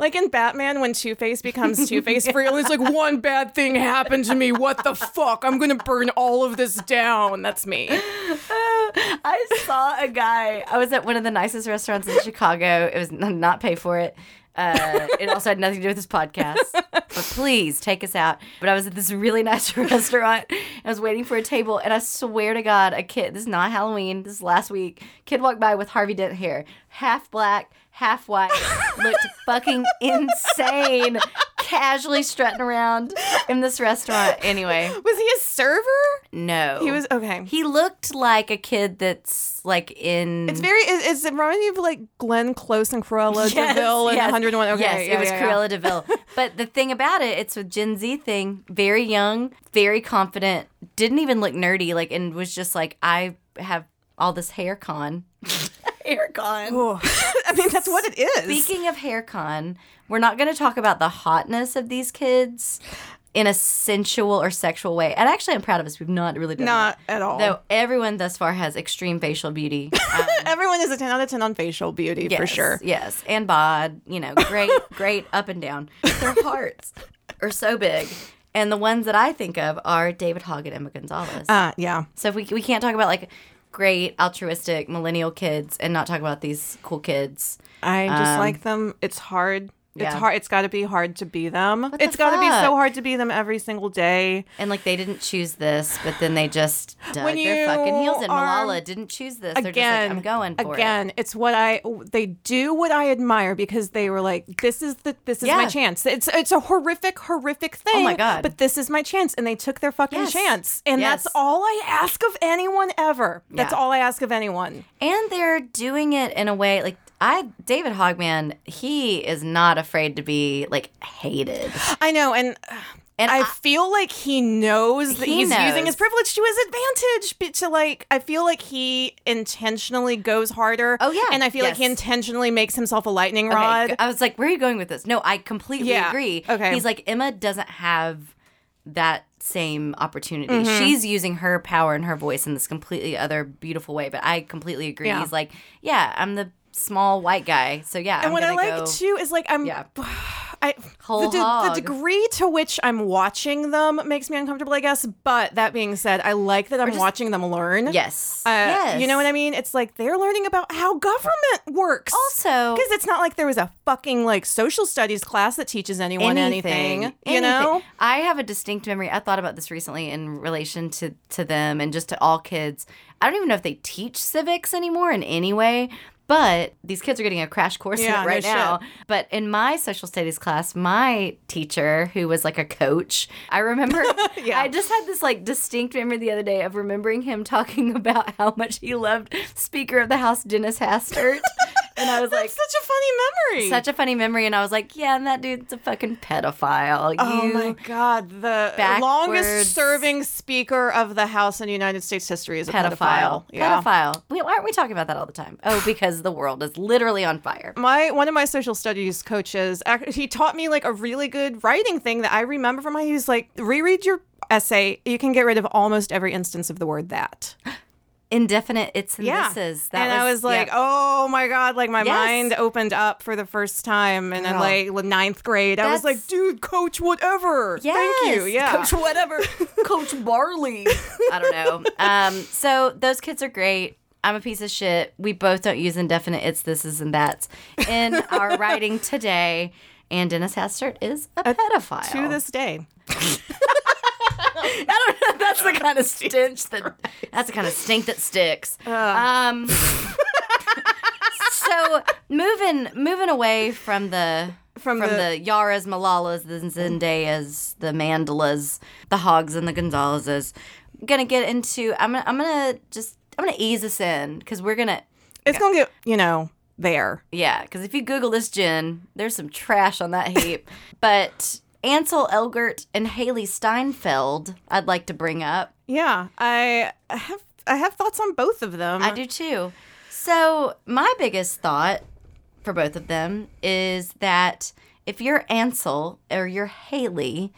[SPEAKER 3] like in Batman when Two Face becomes Two Face for only like one bad thing happened to me. What the fuck? I'm gonna burn all of this down. That's me.
[SPEAKER 2] I saw a guy. I was at one of the nicest restaurants in Chicago. It was n- not pay for it. Uh, it also had nothing to do with this podcast. But please take us out. But I was at this really nice *laughs* restaurant. I was waiting for a table, and I swear to God, a kid. This is not Halloween. This is last week. Kid walked by with Harvey Dent hair, half black, half white. Looked fucking insane. Casually strutting around in this restaurant. Anyway,
[SPEAKER 3] Was he a server?
[SPEAKER 2] no,
[SPEAKER 3] He was okay.
[SPEAKER 2] he looked like a kid that's like in.
[SPEAKER 3] it's very. It, it's it reminded me of like Glenn Close and
[SPEAKER 2] *laughs*
[SPEAKER 3] Cruella Deville and 101. Okay,
[SPEAKER 2] yes, it
[SPEAKER 3] yeah,
[SPEAKER 2] was
[SPEAKER 3] yeah, yeah.
[SPEAKER 2] Cruella Deville. *laughs* but the thing about it, it's a Gen Z thing. Very young, very confident. Didn't even look nerdy. Like, and was just like, I have all this
[SPEAKER 3] *laughs*
[SPEAKER 2] hair con. hair con.
[SPEAKER 3] Oh. *sighs* I mean, that's what it is.
[SPEAKER 2] Speaking of hair con, we're not going to talk about the hotness of these kids in a sensual or sexual way. And actually, I'm proud of us. We've not really done that.
[SPEAKER 3] *laughs* Not at all.
[SPEAKER 2] Though everyone thus far has extreme facial beauty.
[SPEAKER 3] *laughs* Everyone is a 10 out of 10 on facial beauty for
[SPEAKER 2] Yes,
[SPEAKER 3] sure.
[SPEAKER 2] Yes, and bod, you
[SPEAKER 3] *laughs*
[SPEAKER 2] know, great, great up and down. Their hearts are so big, and the ones that I think of are David Hogg and Emma Gonzalez.
[SPEAKER 3] Uh, yeah.
[SPEAKER 2] so if we we can't talk about like great altruistic millennial kids and not talk about these cool kids.
[SPEAKER 3] I just like them. It's hard. It's
[SPEAKER 2] Um, yeah.
[SPEAKER 3] hard. It's got to be hard to be them.
[SPEAKER 2] the
[SPEAKER 3] It's got to be
[SPEAKER 2] fuck?
[SPEAKER 3] so hard to be them every single day.
[SPEAKER 2] And like they didn't choose this, but then they just dug
[SPEAKER 3] When
[SPEAKER 2] their
[SPEAKER 3] you
[SPEAKER 2] fucking heels in.
[SPEAKER 3] are-
[SPEAKER 2] Malala didn't choose this. They're
[SPEAKER 3] Again,
[SPEAKER 2] just like, I'm going for it.
[SPEAKER 3] again, it's what I they do what I admire because they were like, this is the this is my
[SPEAKER 2] Yeah. Oh
[SPEAKER 3] chance. It's it's a horrific, horrific thing.
[SPEAKER 2] my God.
[SPEAKER 3] But this is my chance, and they took their fucking
[SPEAKER 2] Yes.
[SPEAKER 3] chance, and
[SPEAKER 2] Yes.
[SPEAKER 3] that's all I ask of anyone ever. That's
[SPEAKER 2] Yeah.
[SPEAKER 3] all I ask of anyone.
[SPEAKER 2] And they're doing it in a way like I David Hogman, he is not afraid to be like hated.
[SPEAKER 3] I know, and.
[SPEAKER 2] And
[SPEAKER 3] I feel like he knows that
[SPEAKER 2] He
[SPEAKER 3] he's
[SPEAKER 2] knows.
[SPEAKER 3] using his privilege to his advantage, but to like, I feel like he intentionally goes harder.
[SPEAKER 2] Oh, yeah.
[SPEAKER 3] and I feel like he
[SPEAKER 2] Yes.
[SPEAKER 3] intentionally makes himself a lightning
[SPEAKER 2] Okay,
[SPEAKER 3] rod.
[SPEAKER 2] g- I was like, where are you going with this? No, I completely
[SPEAKER 3] Yeah,
[SPEAKER 2] agree.
[SPEAKER 3] okay.
[SPEAKER 2] He's like, Emma doesn't have that same opportunity.
[SPEAKER 3] Mm-hmm.
[SPEAKER 2] She's using her power and her voice in this completely other beautiful way. But I completely agree.
[SPEAKER 3] Yeah.
[SPEAKER 2] He's like, yeah, I'm the small white guy. So yeah.
[SPEAKER 3] And
[SPEAKER 2] I'm
[SPEAKER 3] what I
[SPEAKER 2] gonna
[SPEAKER 3] like
[SPEAKER 2] go-
[SPEAKER 3] too is like I'm
[SPEAKER 2] Yeah.
[SPEAKER 3] *sighs* I
[SPEAKER 2] Whole
[SPEAKER 3] the, de- the
[SPEAKER 2] hog.
[SPEAKER 3] degree to which I'm watching them makes me uncomfortable, I guess. But that being said, I like that I'm watching them learn.
[SPEAKER 2] Yes.
[SPEAKER 3] Uh,
[SPEAKER 2] yes.
[SPEAKER 3] You know what I mean? It's like they're learning about how government works.
[SPEAKER 2] Also,
[SPEAKER 3] because it's not like there was a fucking like social studies class that teaches anyone anything. you
[SPEAKER 2] anything.
[SPEAKER 3] know?
[SPEAKER 2] i have a distinct memory i thought about this recently in relation to to them and just to all kids i don't even know if they teach civics anymore in any way but these kids are getting a crash course
[SPEAKER 3] Yeah,
[SPEAKER 2] in
[SPEAKER 3] no
[SPEAKER 2] it *laughs* right
[SPEAKER 3] shit.
[SPEAKER 2] now. But in my social studies class, my teacher, who was like a coach, I remember
[SPEAKER 3] *laughs* Yeah.
[SPEAKER 2] I just had this like distinct memory the other day of remembering him talking *laughs* about how much he loved Speaker of the House Dennis Hastert. *laughs* and I was like,
[SPEAKER 3] That's such a funny memory.
[SPEAKER 2] such a funny memory, and I was like, "Yeah, and that dude's a fucking pedophile."
[SPEAKER 3] Oh
[SPEAKER 2] you
[SPEAKER 3] my God! The
[SPEAKER 2] backwards-
[SPEAKER 3] longest-serving speaker of the House in United States history is a
[SPEAKER 2] pedophile,
[SPEAKER 3] pedophile. Yeah.
[SPEAKER 2] pedophile. We, why aren't we talking about that all the time?
[SPEAKER 3] *sighs*
[SPEAKER 2] Oh, because the world is literally on fire.
[SPEAKER 3] my one of my social studies coaches ac- he taught me like a really good writing thing that i remember from my he was like reread your essay you can get rid of almost every instance of the word
[SPEAKER 2] *laughs*
[SPEAKER 3] that
[SPEAKER 2] Indefinite it's and
[SPEAKER 3] yeah
[SPEAKER 2] thises. That
[SPEAKER 3] and i was like
[SPEAKER 2] yeah.
[SPEAKER 3] oh my god like my
[SPEAKER 2] Yes.
[SPEAKER 3] mind opened up for the first time and in
[SPEAKER 2] Girl.
[SPEAKER 3] like the ninth grade i was like
[SPEAKER 2] That's-
[SPEAKER 3] dude coach whatever oh, thank you
[SPEAKER 2] Yes,
[SPEAKER 3] yeah
[SPEAKER 2] Coach
[SPEAKER 3] *laughs*
[SPEAKER 2] whatever, Coach Barley. I don't know. Um, so those kids are great. I'm a piece of shit. We both don't use indefinite it's, this, is, and that's in
[SPEAKER 3] *laughs*
[SPEAKER 2] our writing today. And Dennis Hastert is a, pedophile.
[SPEAKER 3] to this day
[SPEAKER 2] I don't know. *laughs* That's the kind of stench that. That's the kind of stink that sticks. Um. *laughs* so moving moving away from the
[SPEAKER 3] From
[SPEAKER 2] from,
[SPEAKER 3] the-
[SPEAKER 2] the, Yaras, Malalas, the Zendayas, the Mandalas, the Hogs, and the Gonzalezes. Gonna get into. I'm gonna. I'm gonna just. I'm gonna ease us in because we're gonna.
[SPEAKER 3] it's gonna get you know there
[SPEAKER 2] Yeah, because if you Google this gin, there's some trash on that *laughs* heap. but Ansel Elgert and Haley Steinfeld, I'd like to bring up.
[SPEAKER 3] yeah i I have i have thoughts on both of them
[SPEAKER 2] I do too. So, my biggest thought for both of them is that if you're Ansel or you're Haley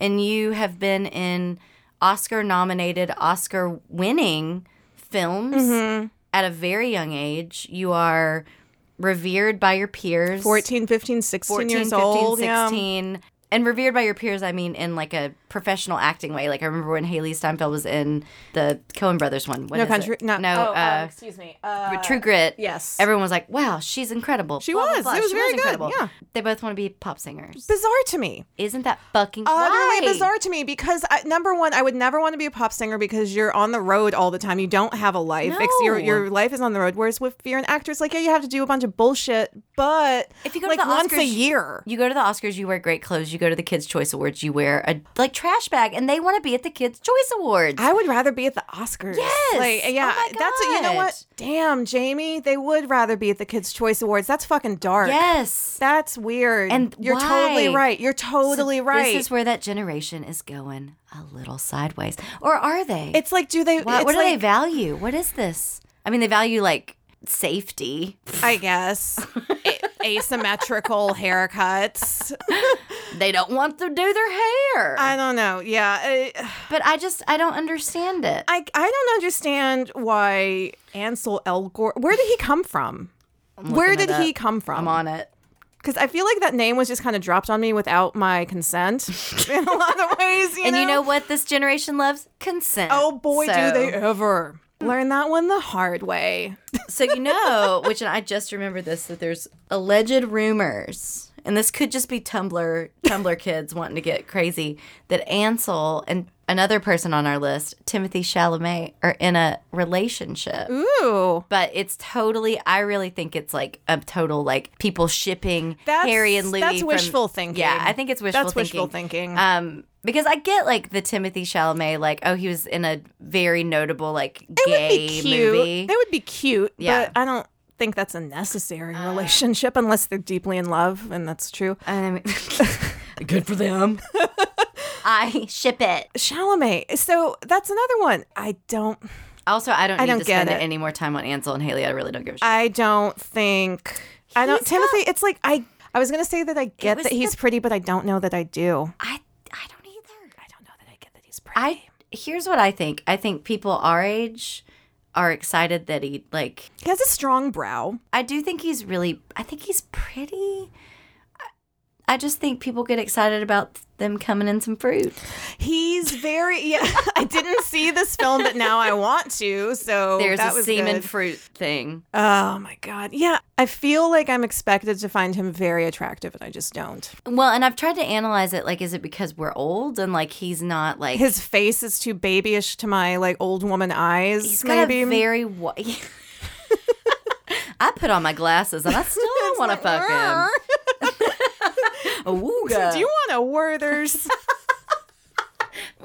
[SPEAKER 2] and you have been in Oscar nominated, Oscar winning films
[SPEAKER 3] Mm-hmm.
[SPEAKER 2] at a very young age, you are revered by your peers
[SPEAKER 3] 14 15 16
[SPEAKER 2] 14,
[SPEAKER 3] years
[SPEAKER 2] 15,
[SPEAKER 3] old yeah.
[SPEAKER 2] 16. And revered by your peers, I mean in like a professional acting way. Like I remember when Haley Steinfeld was in the Coen Brothers one. What
[SPEAKER 3] No
[SPEAKER 2] is it?
[SPEAKER 3] country. No.
[SPEAKER 2] no,
[SPEAKER 3] Oh,
[SPEAKER 2] uh,
[SPEAKER 3] excuse me. Uh,
[SPEAKER 2] True Grit.
[SPEAKER 3] yes.
[SPEAKER 2] Everyone was like, "Wow, she's incredible." She
[SPEAKER 3] was. It was very good, yeah.
[SPEAKER 2] They both want to be pop singers.
[SPEAKER 3] bizarre to me.
[SPEAKER 2] Isn't that fucking
[SPEAKER 3] Utterly
[SPEAKER 2] why?
[SPEAKER 3] bizarre to me because I, number one, I would never want to be a pop singer because you're on the road all the time. You don't have a life. Ex- your
[SPEAKER 2] No.
[SPEAKER 3] your life is on the road. Whereas with you're an actor, it's like yeah, you have to do a bunch of bullshit, but
[SPEAKER 2] If you go to
[SPEAKER 3] like
[SPEAKER 2] the
[SPEAKER 3] once a
[SPEAKER 2] Oscars-
[SPEAKER 3] year,
[SPEAKER 2] You go to the Oscars, you wear great clothes. You go to the Kids Choice Awards, you wear a like trash bag, and they want to be at the Kids Choice Awards.
[SPEAKER 3] I would rather be at the Oscars.
[SPEAKER 2] Yes.
[SPEAKER 3] Like,
[SPEAKER 2] Oh
[SPEAKER 3] yeah,
[SPEAKER 2] my
[SPEAKER 3] that's you know what?
[SPEAKER 2] God.
[SPEAKER 3] Damn, Jamie, they would rather be at the Kids' Choice Awards. That's fucking dark.
[SPEAKER 2] yes,
[SPEAKER 3] That's weird.
[SPEAKER 2] And
[SPEAKER 3] you're totally
[SPEAKER 2] why?
[SPEAKER 3] right. You're totally right.
[SPEAKER 2] This is where that generation is going a little sideways, or are they?
[SPEAKER 3] It's like, do they?
[SPEAKER 2] Why-
[SPEAKER 3] it's
[SPEAKER 2] what do they
[SPEAKER 3] like,
[SPEAKER 2] value? What is this? I mean, they value like safety.
[SPEAKER 3] I guess a-
[SPEAKER 2] *laughs*
[SPEAKER 3] asymmetrical haircuts.
[SPEAKER 2] They don't want to do their hair.
[SPEAKER 3] I don't know. Yeah, I,
[SPEAKER 2] but I just I don't understand it.
[SPEAKER 3] I I don't understand why Ansel Elgort. Where did he come from? Where
[SPEAKER 2] looking
[SPEAKER 3] did
[SPEAKER 2] it
[SPEAKER 3] he
[SPEAKER 2] up.
[SPEAKER 3] come
[SPEAKER 2] I'm
[SPEAKER 3] from?
[SPEAKER 2] on it.
[SPEAKER 3] Because I feel like that name was just kind of dropped on me without my
[SPEAKER 2] *laughs*
[SPEAKER 3] consent in a lot of ways. You
[SPEAKER 2] and
[SPEAKER 3] know?
[SPEAKER 2] you know what this generation loves? Consent.
[SPEAKER 3] Oh boy,
[SPEAKER 2] So-
[SPEAKER 3] do they ever learn that one the hard way.
[SPEAKER 2] so you know, *laughs* which and I just remember this that there's alleged rumors, and this could just be Tumblr Tumblr kids wanting to get crazy that Ansel and another person on our list, Timothy Chalamet, are in a relationship.
[SPEAKER 3] Ooh.
[SPEAKER 2] But it's totally. I really think it's like a total like people shipping
[SPEAKER 3] That's-
[SPEAKER 2] Harry and Louis.
[SPEAKER 3] that's
[SPEAKER 2] from-
[SPEAKER 3] wishful thinking.
[SPEAKER 2] Yeah, I think it's wishful
[SPEAKER 3] That's
[SPEAKER 2] thinking.
[SPEAKER 3] wishful thinking.
[SPEAKER 2] Um, because I get like the Timothy Chalamet, like oh he was in a very notable like
[SPEAKER 3] They would
[SPEAKER 2] gay
[SPEAKER 3] be cute.
[SPEAKER 2] movie.
[SPEAKER 3] They would be cute,
[SPEAKER 2] Yeah. Uh.
[SPEAKER 3] but I don't think that's a necessary relationship unless they're deeply in love, and that's true. *laughs*
[SPEAKER 2] I mean, *laughs* good for them. *laughs* I ship it.
[SPEAKER 3] Chalamet. So that's another one. I don't.
[SPEAKER 2] Also, I don't
[SPEAKER 3] I
[SPEAKER 2] need
[SPEAKER 3] don't
[SPEAKER 2] to
[SPEAKER 3] get
[SPEAKER 2] spend
[SPEAKER 3] it.
[SPEAKER 2] any more time on Ansel and Haley. I really don't give a shit.
[SPEAKER 3] I don't think. I don't.
[SPEAKER 2] He's
[SPEAKER 3] Timothy. It's like I. I was gonna say that I get
[SPEAKER 2] was
[SPEAKER 3] that he's
[SPEAKER 2] the-
[SPEAKER 3] pretty, but I don't know that I do.
[SPEAKER 2] I, I don't either.
[SPEAKER 3] I don't know that I get that he's pretty.
[SPEAKER 2] I here's what I think. I think people our age are excited that he like
[SPEAKER 3] he has a strong brow.
[SPEAKER 2] I do think he's really. I think he's pretty. I- I just think people get excited about them coming in some fruit.
[SPEAKER 3] He's very *laughs* yeah. I didn't see this film, but now I want to. So
[SPEAKER 2] There's
[SPEAKER 3] Oh, that
[SPEAKER 2] a
[SPEAKER 3] was
[SPEAKER 2] semen
[SPEAKER 3] good.
[SPEAKER 2] fruit thing.
[SPEAKER 3] Oh my god. Yeah, I feel like I'm expected to find him very attractive, and I just don't.
[SPEAKER 2] Well, and I've tried to analyze it. Like, is it because we're old and like he's not like
[SPEAKER 3] His face is too babyish to my like old woman eyes.
[SPEAKER 2] He's got
[SPEAKER 3] maybe
[SPEAKER 2] a
[SPEAKER 3] *laughs*
[SPEAKER 2] very white. *laughs* I put on my glasses
[SPEAKER 3] *laughs*
[SPEAKER 2] and I still don't want to fuck him. Awooga.
[SPEAKER 3] Do you want a Werther's?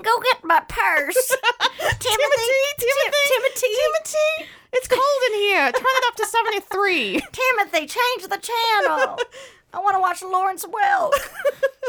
[SPEAKER 2] Go get my
[SPEAKER 3] *laughs*
[SPEAKER 2] purse. *laughs* Timothy,
[SPEAKER 3] Timothy,
[SPEAKER 2] Timothy,
[SPEAKER 3] Timothy, it's cold in here. Turn it up to
[SPEAKER 2] *laughs*
[SPEAKER 3] 73.
[SPEAKER 2] Timothy, change the channel. I want to watch
[SPEAKER 3] *laughs*
[SPEAKER 2] Lawrence Welk.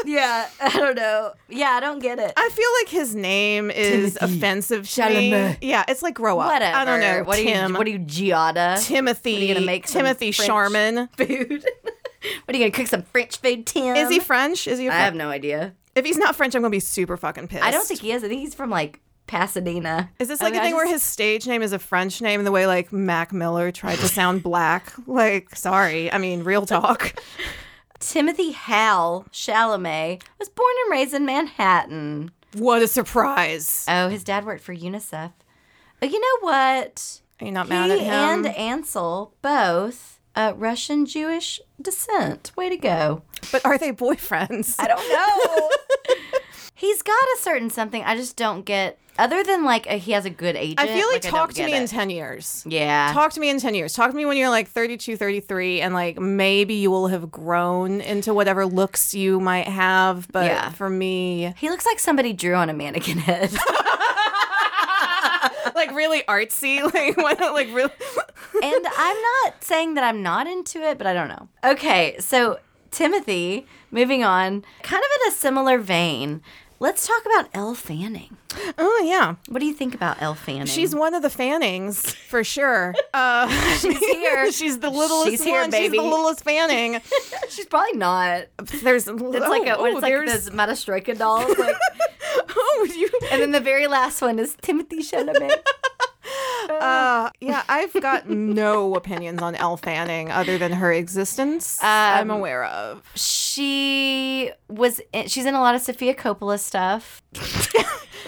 [SPEAKER 2] yeah, I don't know. Yeah, I don't get it.
[SPEAKER 3] I feel like his name is offensive to me.
[SPEAKER 2] Chalamet.
[SPEAKER 3] Yeah, it's like grow up.
[SPEAKER 2] Whatever.
[SPEAKER 3] I don't know.
[SPEAKER 2] What are
[SPEAKER 3] Tim.
[SPEAKER 2] you? What are you, Giada?
[SPEAKER 3] Timothy.
[SPEAKER 2] What are you gonna make some
[SPEAKER 3] Timothy
[SPEAKER 2] French
[SPEAKER 3] Charmin.
[SPEAKER 2] food. what are you gonna cook? Some French food, Tim?
[SPEAKER 3] Is he French? Is he? A
[SPEAKER 2] I
[SPEAKER 3] Fren-
[SPEAKER 2] have no idea.
[SPEAKER 3] if he's not French, I'm gonna be super fucking pissed.
[SPEAKER 2] I don't think he is. I think he's from like Pasadena.
[SPEAKER 3] Is this
[SPEAKER 2] I
[SPEAKER 3] like
[SPEAKER 2] mean,
[SPEAKER 3] the
[SPEAKER 2] I
[SPEAKER 3] thing where
[SPEAKER 2] just-
[SPEAKER 3] his stage name is a French name, and the way like Mac Miller tried to sound *laughs* black? Like, sorry, I mean, real
[SPEAKER 2] *laughs*
[SPEAKER 3] talk.
[SPEAKER 2] Timothy Hal Chalamet was born and raised in Manhattan?
[SPEAKER 3] what a surprise!
[SPEAKER 2] Oh, his dad worked for UNICEF. Uh, You know what?
[SPEAKER 3] Are you not
[SPEAKER 2] He
[SPEAKER 3] mad at him?
[SPEAKER 2] and Ansel both uh, Russian Jewish descent. Way to go!
[SPEAKER 3] but are they boyfriends?
[SPEAKER 2] I don't know. *laughs* He's got a certain something. I just don't get. Other than like a, he has a good agent.
[SPEAKER 3] I feel like,
[SPEAKER 2] I
[SPEAKER 3] talk
[SPEAKER 2] don't
[SPEAKER 3] to
[SPEAKER 2] get
[SPEAKER 3] me in
[SPEAKER 2] it.
[SPEAKER 3] ten years.
[SPEAKER 2] yeah.
[SPEAKER 3] Talk to me in 10 years. Talk to me when you're like 32, 33, and like maybe you will have grown into whatever looks you might have. But
[SPEAKER 2] Yeah.
[SPEAKER 3] for
[SPEAKER 2] *laughs*
[SPEAKER 3] me,
[SPEAKER 2] he looks like somebody drew on a mannequin head.
[SPEAKER 3] like really
[SPEAKER 2] *laughs*
[SPEAKER 3] artsy, like, what, like really.
[SPEAKER 2] and I'm not saying that I'm not into it, but I don't know. Okay, so Timothy, moving on, kind of in a similar vein, let's talk about Elle Fanning.
[SPEAKER 3] *laughs* oh, yeah.
[SPEAKER 2] What do you think about Elle Fanning?
[SPEAKER 3] She's one of the Fannings for
[SPEAKER 2] *laughs*
[SPEAKER 3] sure. Uh, she's *laughs*
[SPEAKER 2] here.
[SPEAKER 3] she's the littlest
[SPEAKER 2] She's here,
[SPEAKER 3] one.
[SPEAKER 2] baby.
[SPEAKER 3] She's the littlest Fanning.
[SPEAKER 2] she's probably not.
[SPEAKER 3] *laughs*
[SPEAKER 2] It's
[SPEAKER 3] There's it's
[SPEAKER 2] like a, it's like those Matastroika dolls. Like,
[SPEAKER 3] *laughs* oh *laughs* you.
[SPEAKER 2] and then the very last one is Timothy
[SPEAKER 3] *laughs*
[SPEAKER 2] Chalamet.
[SPEAKER 3] Uh, yeah, I've got no opinions on Elle Fanning other than her existence. I'm aware of.
[SPEAKER 2] she was. In, she's in a lot of Sophia
[SPEAKER 3] *laughs*
[SPEAKER 2] Coppola stuff.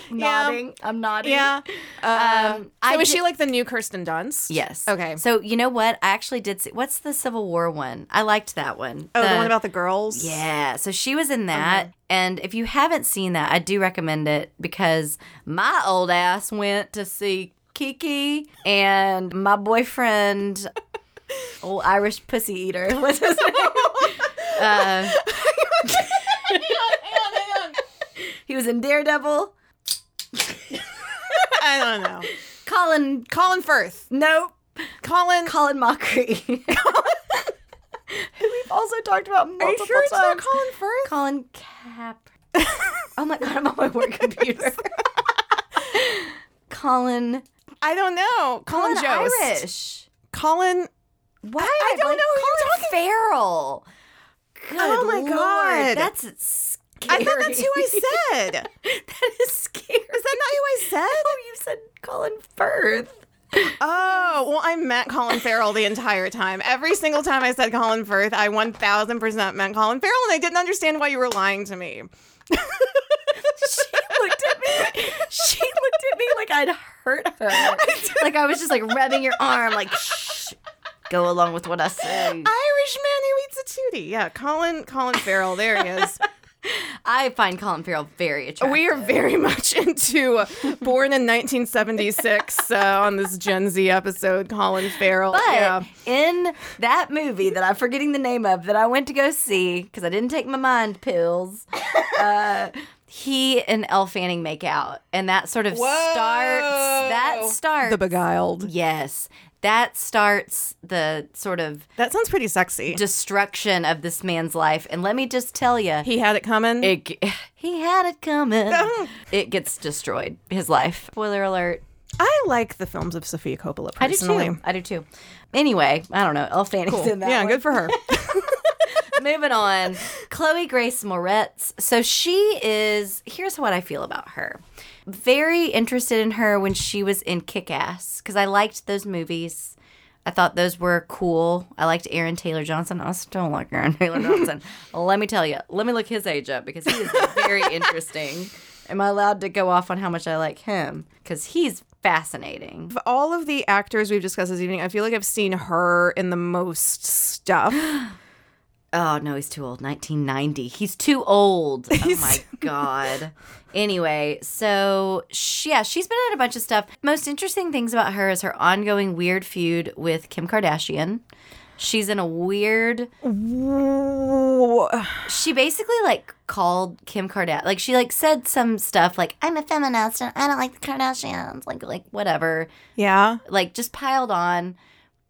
[SPEAKER 2] nodding. I'm nodding.
[SPEAKER 3] Yeah. Uh,
[SPEAKER 2] Um,
[SPEAKER 3] so
[SPEAKER 2] I
[SPEAKER 3] is
[SPEAKER 2] ju-
[SPEAKER 3] she like the new Kirsten Dunst?
[SPEAKER 2] Yes.
[SPEAKER 3] Okay.
[SPEAKER 2] So you know what? I actually did. See, what's the Civil War one? I liked that one.
[SPEAKER 3] oh, the one about the girls.
[SPEAKER 2] Yeah. So she was in that, and if you haven't seen that, I do recommend it because my old ass went to see Kiki and
[SPEAKER 3] *laughs*
[SPEAKER 2] my boyfriend, old Irish pussy eater. *laughs* What's his name? uh, he was in Daredevil.
[SPEAKER 3] *laughs* I don't know.
[SPEAKER 2] Colin.
[SPEAKER 3] Colin Firth.
[SPEAKER 2] Nope.
[SPEAKER 3] Colin.
[SPEAKER 2] Colin Mockery. *laughs*
[SPEAKER 3] *laughs*
[SPEAKER 2] Who We've also talked about multiple
[SPEAKER 3] Are you sure it's not
[SPEAKER 2] times.
[SPEAKER 3] Colin Firth?
[SPEAKER 2] Colin Cap. oh my god, I'm on
[SPEAKER 3] *laughs*
[SPEAKER 2] my work computer. Colin.
[SPEAKER 3] I don't know. Colin,
[SPEAKER 2] Colin
[SPEAKER 3] Jost.
[SPEAKER 2] Irish.
[SPEAKER 3] Colin.
[SPEAKER 2] Why?
[SPEAKER 3] I
[SPEAKER 2] am
[SPEAKER 3] don't
[SPEAKER 2] like,
[SPEAKER 3] know who you're
[SPEAKER 2] Colin Farrell. Good
[SPEAKER 3] Oh my
[SPEAKER 2] Lord,
[SPEAKER 3] God.
[SPEAKER 2] that's scary.
[SPEAKER 3] I thought that's who I said.
[SPEAKER 2] *laughs* that is scary. Is that
[SPEAKER 3] not who I said?
[SPEAKER 2] Oh, you said Colin Firth.
[SPEAKER 3] Oh, well, I meant Colin Farrell the entire time. Every single time I said Colin Firth, I 1000% meant Colin Farrell, and I didn't understand why you were lying to me.
[SPEAKER 2] she looked at me. She looked at me like I'd hurt
[SPEAKER 3] *laughs*
[SPEAKER 2] her. like I was just like rubbing your arm, like shh. Go along with what I say.
[SPEAKER 3] Irishman who eats a tootie. Yeah, Colin Colin Farrell. There he
[SPEAKER 2] *laughs*
[SPEAKER 3] is.
[SPEAKER 2] I find Colin Farrell very attractive.
[SPEAKER 3] we are very much into uh, born in 1976 uh, on this Gen Z episode. Colin Farrell.
[SPEAKER 2] But
[SPEAKER 3] yeah.
[SPEAKER 2] in that movie that I'm forgetting the name of that I went to go see because I didn't take my
[SPEAKER 3] *laughs*
[SPEAKER 2] mind pills, uh, he and Elle Fanning make out, and that sort of starts. That
[SPEAKER 3] Whoa.
[SPEAKER 2] starts.
[SPEAKER 3] the beguiled.
[SPEAKER 2] yes, that starts the sort of
[SPEAKER 3] That sounds pretty sexy.
[SPEAKER 2] destruction of this man's life. And let me just tell you,
[SPEAKER 3] He had it coming.
[SPEAKER 2] it, g- *sighs* he had
[SPEAKER 3] *laughs*
[SPEAKER 2] it coming. it gets destroyed. His life. Spoiler alert.
[SPEAKER 3] I like the films of Sofia Coppola personally.
[SPEAKER 2] I do too. I do too. Anyway, I don't know. Elle Fanning's in that.
[SPEAKER 3] yeah,
[SPEAKER 2] one.
[SPEAKER 3] good for
[SPEAKER 2] *laughs*
[SPEAKER 3] her.
[SPEAKER 2] Moving on. *laughs* Chloe Grace Moretz. So she is, here's what I feel about her. Very interested in her when she was in Kick Ass because I liked those movies. I thought those were cool. I liked Aaron Taylor Johnson. I still like Aaron
[SPEAKER 3] *laughs*
[SPEAKER 2] Taylor Johnson. let me tell you. Let me look his age up because he is
[SPEAKER 3] *laughs*
[SPEAKER 2] very interesting. Am I allowed to go off on how much I like him? Because he's fascinating.
[SPEAKER 3] Of all of the actors we've discussed this evening, I feel like I've seen her in the most
[SPEAKER 2] *gasps*
[SPEAKER 3] stuff.
[SPEAKER 2] Oh no, he's too old. 1990. He's too old. Oh my god. Anyway, so she, yeah, she's been in a bunch of stuff. Most interesting things about her is her ongoing weird feud with Kim Kardashian. She's in a weird.
[SPEAKER 3] Ooh.
[SPEAKER 2] She basically like called Kim Kardashian. Like she like said some stuff like I'm a feminist and I don't like the Kardashians. Like like whatever.
[SPEAKER 3] Yeah.
[SPEAKER 2] Like just piled on.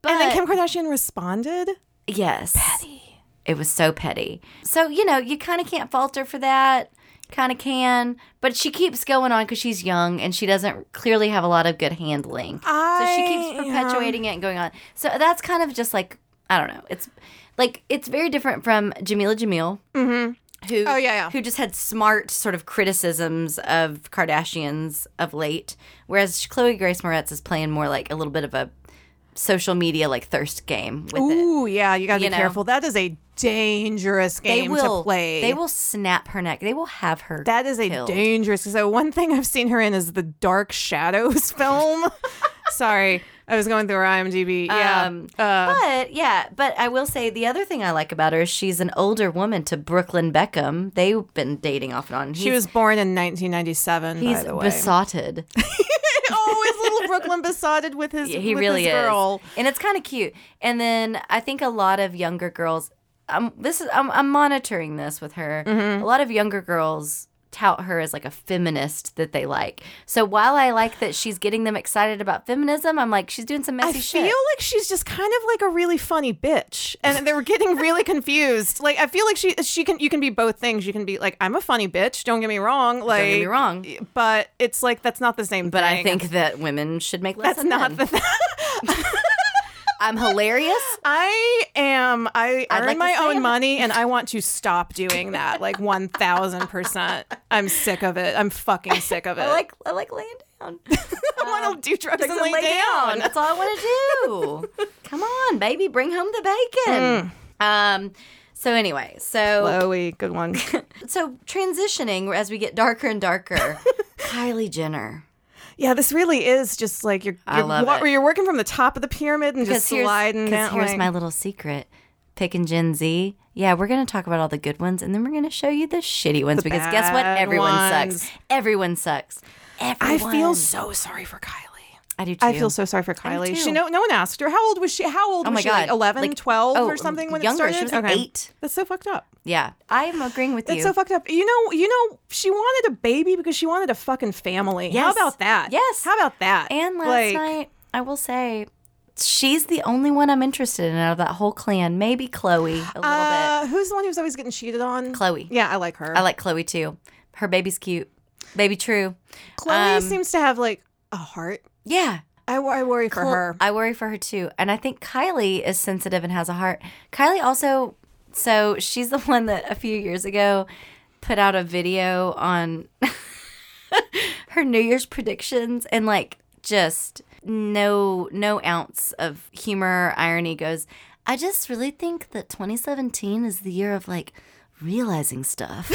[SPEAKER 2] But
[SPEAKER 3] And then Kim Kardashian responded.
[SPEAKER 2] Yes. Petty. It was so petty. So, you know, you kind of can't falter for that. Kind of can. But she keeps going on because she's young and she doesn't clearly have a lot of good handling. so she keeps
[SPEAKER 3] I, um,
[SPEAKER 2] perpetuating it and going on. So that's kind of just like, I don't know. It's like, it's very different from Jamila Jamil. Who,
[SPEAKER 3] Oh, yeah, yeah.
[SPEAKER 2] who just had smart sort of criticisms of Kardashians of late, whereas Chloe Grace Moretz is playing more like a little bit of a social media like thirst game with it.
[SPEAKER 3] Ooh, yeah, you gotta
[SPEAKER 2] You
[SPEAKER 3] be
[SPEAKER 2] know.
[SPEAKER 3] careful. That is a dangerous game to play.
[SPEAKER 2] They will snap her neck. They will have her.
[SPEAKER 3] That is a
[SPEAKER 2] killed.
[SPEAKER 3] dangerous. So one thing I've seen her in is the Dark Shadows *laughs* film. Sorry, I was going through her IMDb. Yeah,
[SPEAKER 2] Um,
[SPEAKER 3] uh,
[SPEAKER 2] But yeah, but I will say the other thing I like about her is she's an older woman to Brooklyn Beckham. They've been dating off and on.
[SPEAKER 3] she was born in 1997. by
[SPEAKER 2] He's
[SPEAKER 3] the way. *laughs*
[SPEAKER 2] besotted.
[SPEAKER 3] oh, is little Brooklyn besotted with his?
[SPEAKER 2] he
[SPEAKER 3] with
[SPEAKER 2] really
[SPEAKER 3] his
[SPEAKER 2] is,
[SPEAKER 3] Girl.
[SPEAKER 2] and it's kind of cute. And then I think a lot of younger girls. Um, this is I'm, I'm monitoring this with her.
[SPEAKER 3] Mm-hmm.
[SPEAKER 2] A lot of younger girls tout her as like a feminist that they like. So while I like that she's getting them excited about feminism, I'm like she's doing some
[SPEAKER 3] I
[SPEAKER 2] messy
[SPEAKER 3] feel
[SPEAKER 2] shit.
[SPEAKER 3] like she's just kind of like a really funny bitch, and they were getting really confused. Like I feel like she she can you can be both things. You can be like I'm a funny bitch. Don't get me wrong. Like
[SPEAKER 2] get me wrong.
[SPEAKER 3] but it's like that's not the same.
[SPEAKER 2] But I
[SPEAKER 3] thing.
[SPEAKER 2] think that women should make less
[SPEAKER 3] that's
[SPEAKER 2] than
[SPEAKER 3] not
[SPEAKER 2] men.
[SPEAKER 3] the. thing.
[SPEAKER 2] *laughs* I'm hilarious.
[SPEAKER 3] I am. I
[SPEAKER 2] I'd
[SPEAKER 3] earn
[SPEAKER 2] like to
[SPEAKER 3] my
[SPEAKER 2] say
[SPEAKER 3] own
[SPEAKER 2] I'm-
[SPEAKER 3] money, and I want to stop doing that. Like one thousand percent. I'm sick of it. I'm fucking sick of it.
[SPEAKER 2] I like I like laying *laughs* down.
[SPEAKER 3] Uh, I want to do drugs and
[SPEAKER 2] Just
[SPEAKER 3] lay, down.
[SPEAKER 2] That's all I want
[SPEAKER 3] *laughs*
[SPEAKER 2] to do. Come on, baby, bring home the
[SPEAKER 3] Mm.
[SPEAKER 2] bacon. Um. So anyway, so
[SPEAKER 3] Chloe, good one.
[SPEAKER 2] so transitioning as we get darker
[SPEAKER 3] *laughs*
[SPEAKER 2] and darker. Kylie Jenner.
[SPEAKER 3] yeah, this really is just like you're.
[SPEAKER 2] I
[SPEAKER 3] you're
[SPEAKER 2] love
[SPEAKER 3] wa-
[SPEAKER 2] it.
[SPEAKER 3] You're working from the top of the pyramid and just
[SPEAKER 2] Because here's,
[SPEAKER 3] sliding
[SPEAKER 2] 'cause
[SPEAKER 3] down.
[SPEAKER 2] here's
[SPEAKER 3] like-
[SPEAKER 2] my little secret. Picking Gen Z. Yeah, we're gonna talk about all the good ones, and then we're gonna show you the shitty ones. because guess what?
[SPEAKER 3] bad
[SPEAKER 2] Everyone
[SPEAKER 3] ones.
[SPEAKER 2] sucks. Everyone sucks.
[SPEAKER 3] I
[SPEAKER 2] Everyone.
[SPEAKER 3] feel so sorry for Kylie.
[SPEAKER 2] I do too.
[SPEAKER 3] I feel so sorry for Kylie. She
[SPEAKER 2] too.
[SPEAKER 3] no, no one asked her how old was she. How old
[SPEAKER 2] Oh
[SPEAKER 3] was
[SPEAKER 2] my
[SPEAKER 3] she?
[SPEAKER 2] god,
[SPEAKER 3] Like 11,
[SPEAKER 2] Like,
[SPEAKER 3] 12
[SPEAKER 2] oh,
[SPEAKER 3] or something when
[SPEAKER 2] younger.
[SPEAKER 3] it started.
[SPEAKER 2] She was like eight.
[SPEAKER 3] That's so fucked up.
[SPEAKER 2] Yeah, I am agreeing with
[SPEAKER 3] That's
[SPEAKER 2] you.
[SPEAKER 3] so fucked up. You know, you know, she wanted a baby because she wanted a fucking family. How
[SPEAKER 2] Yes.
[SPEAKER 3] about that?
[SPEAKER 2] Yes.
[SPEAKER 3] How about that?
[SPEAKER 2] and last
[SPEAKER 3] Like,
[SPEAKER 2] night, I will say, she's the only one I'm interested in out of that whole clan. Maybe Chloe a little
[SPEAKER 3] uh, who's the one who's always getting cheated on?
[SPEAKER 2] bit. Chloe.
[SPEAKER 3] Yeah, I like her.
[SPEAKER 2] I like Chloe too. Her baby's cute. Baby True.
[SPEAKER 3] Chloe
[SPEAKER 2] um,
[SPEAKER 3] seems to have like a heart.
[SPEAKER 2] Yeah.
[SPEAKER 3] I, wor- I worry for
[SPEAKER 2] Chlo-
[SPEAKER 3] her.
[SPEAKER 2] I worry for her too. And I think Kylie is sensitive and has a heart. Kylie also, so she's the *laughs* one that a few years ago put out a video on *laughs* her New Year's predictions and like just no no ounce of humor or irony goes. I just really think that 2017 is the year of like
[SPEAKER 3] *laughs*
[SPEAKER 2] realizing stuff.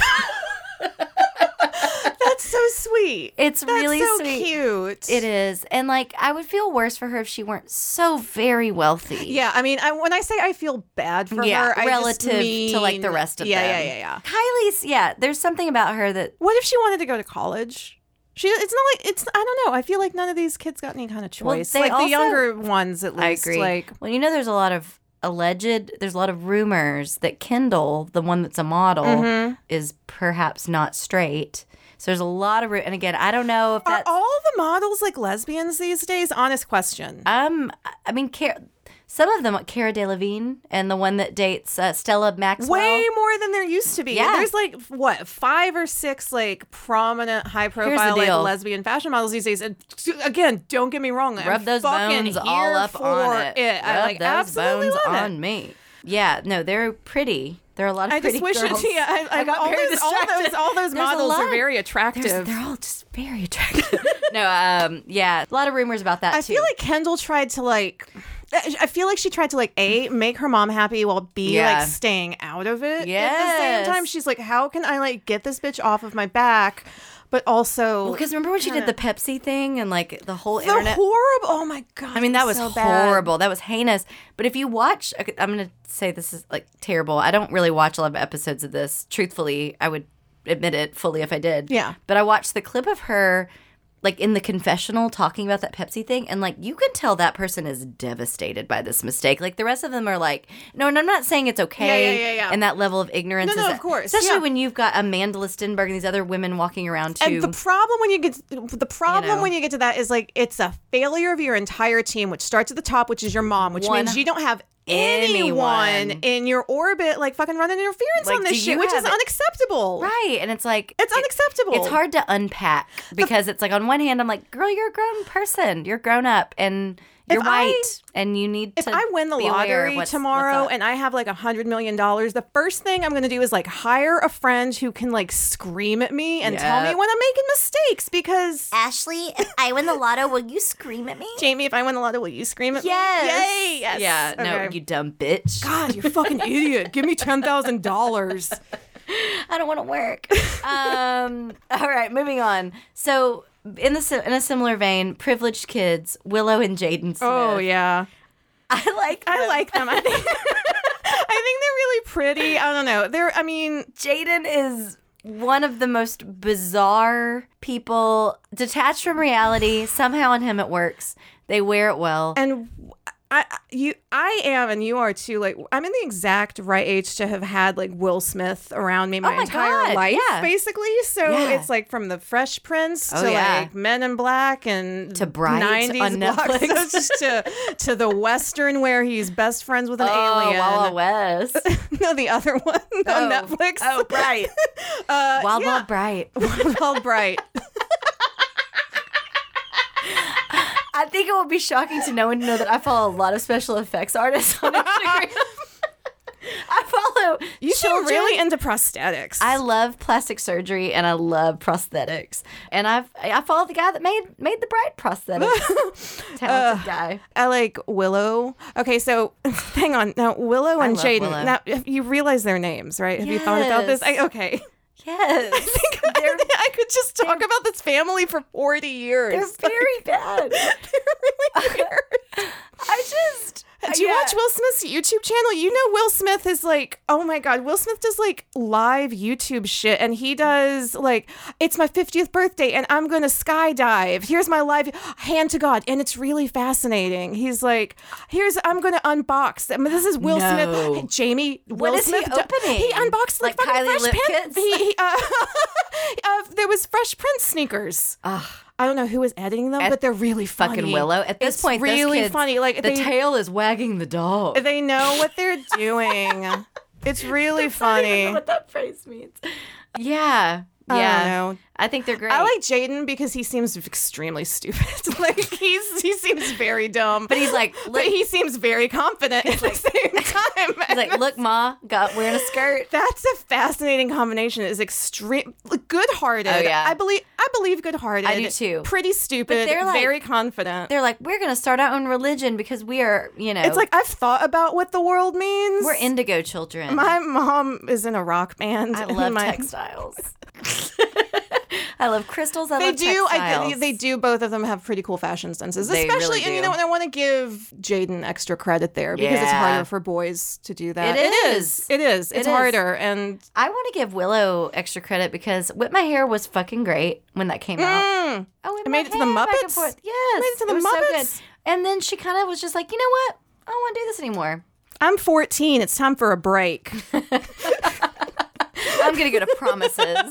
[SPEAKER 3] That's so sweet.
[SPEAKER 2] It's
[SPEAKER 3] That's
[SPEAKER 2] really
[SPEAKER 3] so
[SPEAKER 2] sweet.
[SPEAKER 3] cute.
[SPEAKER 2] It is. And like I would feel worse for her if she weren't so very wealthy.
[SPEAKER 3] Yeah, I mean, I, when I say I feel bad for
[SPEAKER 2] yeah,
[SPEAKER 3] her, I just
[SPEAKER 2] relative to like the
[SPEAKER 3] mean-
[SPEAKER 2] rest of
[SPEAKER 3] yeah,
[SPEAKER 2] them.
[SPEAKER 3] Yeah, yeah, yeah,
[SPEAKER 2] Kylie's, yeah, there's something about her that
[SPEAKER 3] What if she wanted to go to college? She, it's not like it's. I don't know. I feel like none of these kids got any kind of
[SPEAKER 2] Well,
[SPEAKER 3] choice.
[SPEAKER 2] they
[SPEAKER 3] like
[SPEAKER 2] also-
[SPEAKER 3] the younger ones, at
[SPEAKER 2] I
[SPEAKER 3] least.
[SPEAKER 2] agree.
[SPEAKER 3] Like,
[SPEAKER 2] well, you know, there's a lot of alleged, there's a lot of rumors that Kendall, the one that's a model,
[SPEAKER 3] Mm-hmm.
[SPEAKER 2] is perhaps not straight. So there's a lot of, ru- and again, I don't know if
[SPEAKER 3] Are
[SPEAKER 2] that's,
[SPEAKER 3] all the models like lesbians these days? Honest question.
[SPEAKER 2] um, I mean, Cara, some of them, Cara Delevingne, and the one that dates uh, Stella Maxwell.
[SPEAKER 3] Way more than there used to be.
[SPEAKER 2] Yeah.
[SPEAKER 3] There's like what five or six like prominent, high profile like,
[SPEAKER 2] deal.
[SPEAKER 3] lesbian fashion models these days. And t- again, don't get me wrong.
[SPEAKER 2] rub
[SPEAKER 3] I'm
[SPEAKER 2] those
[SPEAKER 3] fucking
[SPEAKER 2] bones
[SPEAKER 3] here
[SPEAKER 2] all up
[SPEAKER 3] for
[SPEAKER 2] on it.
[SPEAKER 3] I
[SPEAKER 2] Rub
[SPEAKER 3] like
[SPEAKER 2] those
[SPEAKER 3] absolutely
[SPEAKER 2] bones
[SPEAKER 3] love it.
[SPEAKER 2] on me. Yeah, no, they're pretty. There are a lot of
[SPEAKER 3] I
[SPEAKER 2] pretty
[SPEAKER 3] just wish
[SPEAKER 2] girls.
[SPEAKER 3] it. *laughs* Yeah,
[SPEAKER 2] *laughs*
[SPEAKER 3] I, I,
[SPEAKER 2] got
[SPEAKER 3] all,
[SPEAKER 2] very
[SPEAKER 3] those, all those
[SPEAKER 2] distracted.
[SPEAKER 3] all those
[SPEAKER 2] There's a
[SPEAKER 3] models
[SPEAKER 2] lot.
[SPEAKER 3] are very
[SPEAKER 2] There's-
[SPEAKER 3] attractive.
[SPEAKER 2] They're all just
[SPEAKER 3] *laughs*
[SPEAKER 2] *laughs* very attractive. no, um, yeah, a lot of rumors about that
[SPEAKER 3] I
[SPEAKER 2] too.
[SPEAKER 3] feel like Kendall tried to like I feel like she tried to like a make her mom happy while b
[SPEAKER 2] Yeah.
[SPEAKER 3] like staying out of it. At the
[SPEAKER 2] Yes.
[SPEAKER 3] same time, she's like, how can I like get this bitch off of my back, but also
[SPEAKER 2] Because remember when she did the Pepsi thing and like the whole
[SPEAKER 3] the
[SPEAKER 2] internet.
[SPEAKER 3] horrible. Oh my god!
[SPEAKER 2] I mean, that was
[SPEAKER 3] it's so bad.
[SPEAKER 2] horrible. That was heinous. But if you watch, okay, I'm going to say this is like terrible. I don't really watch a lot of episodes of this. Truthfully, I would admit it fully if I did.
[SPEAKER 3] Yeah.
[SPEAKER 2] But I watched the clip of her like in the confessional talking about that Pepsi thing and like you can tell that person is devastated by this mistake. Like the rest of them are like, no, and I'm not saying it's okay
[SPEAKER 3] yeah, yeah.
[SPEAKER 2] and that level of ignorance
[SPEAKER 3] No,
[SPEAKER 2] is
[SPEAKER 3] no, of course,
[SPEAKER 2] Especially
[SPEAKER 3] yeah.
[SPEAKER 2] when you've got Amanda Listenberg and these other women walking around too.
[SPEAKER 3] And the problem when you get the problem
[SPEAKER 2] know.
[SPEAKER 3] when you get to that is like it's a failure of your entire team, which starts at the top, which is your mom, which
[SPEAKER 2] One-
[SPEAKER 3] means you don't have
[SPEAKER 2] Anyone.
[SPEAKER 3] anyone, in your orbit like fucking running interference
[SPEAKER 2] Like,
[SPEAKER 3] on
[SPEAKER 2] do
[SPEAKER 3] this
[SPEAKER 2] you
[SPEAKER 3] shit, which is
[SPEAKER 2] have it?
[SPEAKER 3] unacceptable.
[SPEAKER 2] Right. And it's like
[SPEAKER 3] It's
[SPEAKER 2] it-
[SPEAKER 3] unacceptable.
[SPEAKER 2] It's hard to unpack because it's like on one hand I'm like, girl, you're a grown person. You're grown up and you're
[SPEAKER 3] I-
[SPEAKER 2] white and you need
[SPEAKER 3] If
[SPEAKER 2] to
[SPEAKER 3] I win the
[SPEAKER 2] be aware of
[SPEAKER 3] lottery
[SPEAKER 2] what's-
[SPEAKER 3] tomorrow
[SPEAKER 2] what's up.
[SPEAKER 3] and I have like a hundred million dollars, the first thing I'm gonna do is like hire a friend who can like scream at me and tell me
[SPEAKER 2] Yep.
[SPEAKER 3] when I'm making mistakes because
[SPEAKER 2] Ashley, if I win the lotto, will you scream at me?
[SPEAKER 3] Jamie, if I win the lotto, will you scream at
[SPEAKER 2] *laughs* Yes.
[SPEAKER 3] me? Yay! Yes.
[SPEAKER 2] Yeah, no,
[SPEAKER 3] Okay.
[SPEAKER 2] you dumb bitch.
[SPEAKER 3] God, you fucking idiot. Give me *laughs* $10,000.
[SPEAKER 2] I don't want
[SPEAKER 3] *laughs*
[SPEAKER 2] to work. um, all right, moving on. So, in the si- in a similar vein, privileged kids, Willow and Jaden Smith.
[SPEAKER 3] Oh, yeah.
[SPEAKER 2] *laughs* I like
[SPEAKER 3] I
[SPEAKER 2] them.
[SPEAKER 3] like them. I think, I think they're really pretty. I don't know. They're, I mean,
[SPEAKER 2] Jaden is one of the most bizarre people, detached from reality. Somehow on him it works. They wear it well.
[SPEAKER 3] and I I- you I am and you are too like I'm in the exact right age to have had like Will Smith around me my,
[SPEAKER 2] Oh my
[SPEAKER 3] entire
[SPEAKER 2] God,
[SPEAKER 3] life
[SPEAKER 2] yeah.
[SPEAKER 3] basically so
[SPEAKER 2] Yeah.
[SPEAKER 3] it's like from the Fresh Prince
[SPEAKER 2] Oh,
[SPEAKER 3] to
[SPEAKER 2] yeah.
[SPEAKER 3] like Men in Black and
[SPEAKER 2] To Bright on
[SPEAKER 3] block *laughs*
[SPEAKER 2] Netflix.
[SPEAKER 3] suits to to the Western where he's best friends with an
[SPEAKER 2] oh,
[SPEAKER 3] alien *laughs*
[SPEAKER 2] Wawa West. *laughs*
[SPEAKER 3] no the other one on Netflix
[SPEAKER 2] Oh, *laughs* bright.
[SPEAKER 3] *laughs* uh,
[SPEAKER 2] Wild
[SPEAKER 3] yeah.
[SPEAKER 2] Wild Bright.
[SPEAKER 3] Wild Bright
[SPEAKER 2] I think it would be shocking to no one to know that I follow a lot of special effects
[SPEAKER 3] *laughs*
[SPEAKER 2] artists on Instagram. I follow
[SPEAKER 3] *laughs* you
[SPEAKER 2] children.
[SPEAKER 3] should really into prosthetics *laughs*
[SPEAKER 2] I love plastic surgery and I love prosthetics. And I've I follow the guy that made made the bright
[SPEAKER 3] *laughs*
[SPEAKER 2] prosthetics.
[SPEAKER 3] Uh.
[SPEAKER 2] Talented guy.
[SPEAKER 3] I like Willow. Okay, so *laughs* hang on. Now Willow and
[SPEAKER 2] love Willow.
[SPEAKER 3] Jaden. Now if you realize their names, right? Have you thought about this? I
[SPEAKER 2] Yes.
[SPEAKER 3] okay. *laughs*
[SPEAKER 2] Yes. they're,
[SPEAKER 3] I could just talk about this family for 40 years.
[SPEAKER 2] *laughs*
[SPEAKER 3] *laughs*
[SPEAKER 2] they're very
[SPEAKER 3] They're
[SPEAKER 2] bad. *laughs*
[SPEAKER 3] really weird.
[SPEAKER 2] I just
[SPEAKER 3] *laughs* Do you
[SPEAKER 2] Uh, yeah.
[SPEAKER 3] watch Will Smith's YouTube channel? You know Will Smith is like, oh my god, Will Smith does like live YouTube shit and he does like it's my 50th birthday and I'm going to skydive. Here's my live hand to god and it's really fascinating. He's like, here's I'm going to unbox. I mean, this is Will
[SPEAKER 2] No.
[SPEAKER 3] Smith. Jamie
[SPEAKER 2] What
[SPEAKER 3] Will
[SPEAKER 2] is he
[SPEAKER 3] Smith do-
[SPEAKER 2] opening?
[SPEAKER 3] He unboxed like,
[SPEAKER 2] Like
[SPEAKER 3] fucking
[SPEAKER 2] Kylie
[SPEAKER 3] Fresh Prince.
[SPEAKER 2] Lipkins?
[SPEAKER 3] He, he, uh, *laughs* uh, there was Fresh Prince sneakers. I don't know who was editing them, but they're really funny.
[SPEAKER 2] fucking Willow. At this
[SPEAKER 3] It's
[SPEAKER 2] point, those
[SPEAKER 3] really
[SPEAKER 2] kids,
[SPEAKER 3] funny. Like
[SPEAKER 2] the
[SPEAKER 3] they,
[SPEAKER 2] tail is wagging the dog.
[SPEAKER 3] they know what they're doing.
[SPEAKER 2] *laughs*
[SPEAKER 3] it's really
[SPEAKER 2] I
[SPEAKER 3] funny.
[SPEAKER 2] don't know what that phrase means. Yeah.
[SPEAKER 3] don't
[SPEAKER 2] Yeah.
[SPEAKER 3] know.
[SPEAKER 2] I think they're great.
[SPEAKER 3] I like Jaden because he seems extremely stupid. *laughs* like he's he seems very dumb, but
[SPEAKER 2] he's like,
[SPEAKER 3] *laughs* but
[SPEAKER 2] look-
[SPEAKER 3] he seems very confident at the same time.
[SPEAKER 2] *laughs* He's like, look, ma, got wearing a skirt.
[SPEAKER 3] That's a fascinating combination. Is extreme good-hearted.
[SPEAKER 2] Oh, yeah.
[SPEAKER 3] I believe I believe good-hearted.
[SPEAKER 2] I do, too.
[SPEAKER 3] Pretty stupid.
[SPEAKER 2] they're, like-
[SPEAKER 3] very confident.
[SPEAKER 2] They're like, we're gonna start our own religion because we are, you know,
[SPEAKER 3] It's like I've thought about what the world means.
[SPEAKER 2] we're indigo children.
[SPEAKER 3] My mom is in a rock band. *laughs*
[SPEAKER 2] I
[SPEAKER 3] and
[SPEAKER 2] love
[SPEAKER 3] my,
[SPEAKER 2] textiles. *laughs*
[SPEAKER 3] *laughs*
[SPEAKER 2] I love crystals. I
[SPEAKER 3] They
[SPEAKER 2] love
[SPEAKER 3] do. I,
[SPEAKER 2] textiles.
[SPEAKER 3] they do. Both of them have pretty cool fashion senses,
[SPEAKER 2] They
[SPEAKER 3] especially.
[SPEAKER 2] really
[SPEAKER 3] and you
[SPEAKER 2] do.
[SPEAKER 3] know, and I want to give Jaden extra credit there because it's
[SPEAKER 2] Yeah.
[SPEAKER 3] harder for boys to do that.
[SPEAKER 2] It is.
[SPEAKER 3] It is. It's
[SPEAKER 2] is.
[SPEAKER 3] harder. And
[SPEAKER 2] I want to give Willow extra credit because Whip My Hair was fucking great when that came out. Oh, Whip
[SPEAKER 3] Mm. It
[SPEAKER 2] My
[SPEAKER 3] made it to the
[SPEAKER 2] Hair, back and
[SPEAKER 3] Muppets?
[SPEAKER 2] forth.
[SPEAKER 3] It
[SPEAKER 2] Yes,
[SPEAKER 3] made it to the
[SPEAKER 2] was so good.
[SPEAKER 3] Muppets?
[SPEAKER 2] And then she kind of was just like, you know what? I don't want to do this anymore.
[SPEAKER 3] I'm 14. It's time for a
[SPEAKER 2] *laughs*
[SPEAKER 3] break.
[SPEAKER 2] I'm gonna go to promises.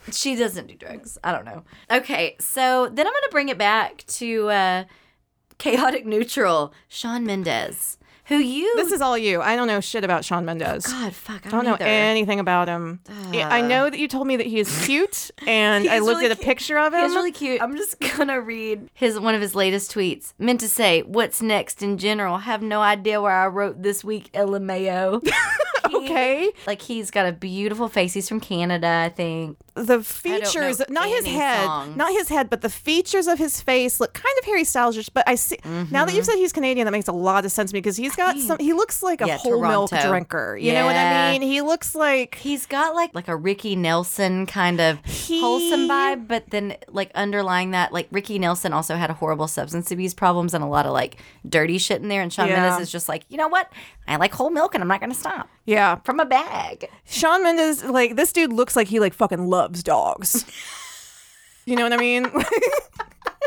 [SPEAKER 3] *laughs*
[SPEAKER 2] she doesn't do drugs. I don't know. Okay, so then I'm gonna bring it back to uh, chaotic neutral Sean Mendez, who you
[SPEAKER 3] this is all you. I don't know shit about Sean Mendes.
[SPEAKER 2] God fuck I
[SPEAKER 3] I
[SPEAKER 2] don't,
[SPEAKER 3] don't know
[SPEAKER 2] either.
[SPEAKER 3] anything about him. I I know that you told me that he is cute,
[SPEAKER 2] *laughs*
[SPEAKER 3] and I
[SPEAKER 2] He's
[SPEAKER 3] looked
[SPEAKER 2] really
[SPEAKER 3] at a
[SPEAKER 2] cu-
[SPEAKER 3] picture of him.
[SPEAKER 2] It's really cute. I'm just *laughs* gonna read his one of his latest tweets. Meant to say, "What's next?" In general, have no idea where I wrote this week. LMAO.
[SPEAKER 3] *laughs* okay.
[SPEAKER 2] Like he's got a beautiful face. He's from Canada, I think.
[SPEAKER 3] The features, not his
[SPEAKER 2] any
[SPEAKER 3] head,
[SPEAKER 2] songs.
[SPEAKER 3] not his head, but the features of his face look kind of Harry Styles-ish. But I see now
[SPEAKER 2] Mm-hmm.
[SPEAKER 3] that you've said he's Canadian, that makes a lot of sense to me because he's got some. He looks like a
[SPEAKER 2] Yeah,
[SPEAKER 3] whole milk
[SPEAKER 2] Toronto.
[SPEAKER 3] drinker. You know what I
[SPEAKER 2] Yeah.
[SPEAKER 3] mean? He looks like
[SPEAKER 2] He's got like like a Ricky Nelson kind of wholesome
[SPEAKER 3] He-
[SPEAKER 2] vibe, but then like underlying that, like Ricky Nelson also had a horrible substance abuse problems and a lot of like dirty shit in there. And Sean
[SPEAKER 3] Yeah.
[SPEAKER 2] Mendes is just like, you know what? I like whole milk, and I'm not gonna stop
[SPEAKER 3] yeah.
[SPEAKER 2] from a bag.
[SPEAKER 3] Sean Mendes, like this dude looks like he like fucking loves
[SPEAKER 2] *laughs*
[SPEAKER 3] dogs. you know what I mean? *laughs*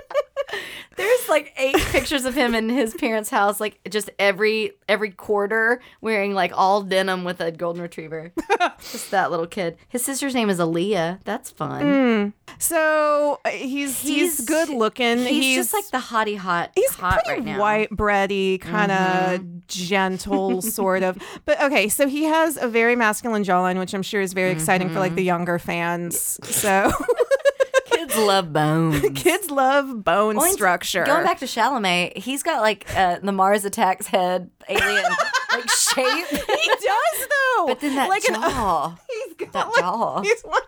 [SPEAKER 2] There's like eight pictures of him in his parents' house, like just every every quarter, wearing like all denim with a
[SPEAKER 3] *laughs*
[SPEAKER 2] golden retriever. just that little kid. His sister's name is Aaliyah. That's fun.
[SPEAKER 3] so uh, he's Mm, he's,
[SPEAKER 2] He's-
[SPEAKER 3] good looking.
[SPEAKER 2] He's, just like the hottie hot.
[SPEAKER 3] He's
[SPEAKER 2] hot
[SPEAKER 3] pretty
[SPEAKER 2] right now. Mm-hmm.
[SPEAKER 3] white bready, kind of
[SPEAKER 2] *laughs*
[SPEAKER 3] gentle, sort of. But okay, so he has a very masculine jawline, which I'm sure is very exciting for
[SPEAKER 2] Mm-hmm.
[SPEAKER 3] like the younger fans.
[SPEAKER 2] *laughs*
[SPEAKER 3] So *laughs*
[SPEAKER 2] Kids love bones.
[SPEAKER 3] kids love bone
[SPEAKER 2] Going-
[SPEAKER 3] structure.
[SPEAKER 2] Going back to Chalamet, he's got like uh, the Mars Attacks head
[SPEAKER 3] *laughs*
[SPEAKER 2] alien like shape,
[SPEAKER 3] he does though.
[SPEAKER 2] but then that
[SPEAKER 3] like an
[SPEAKER 2] jaw.
[SPEAKER 3] *laughs* he's got
[SPEAKER 2] that
[SPEAKER 3] like,
[SPEAKER 2] jaw.
[SPEAKER 3] He's one,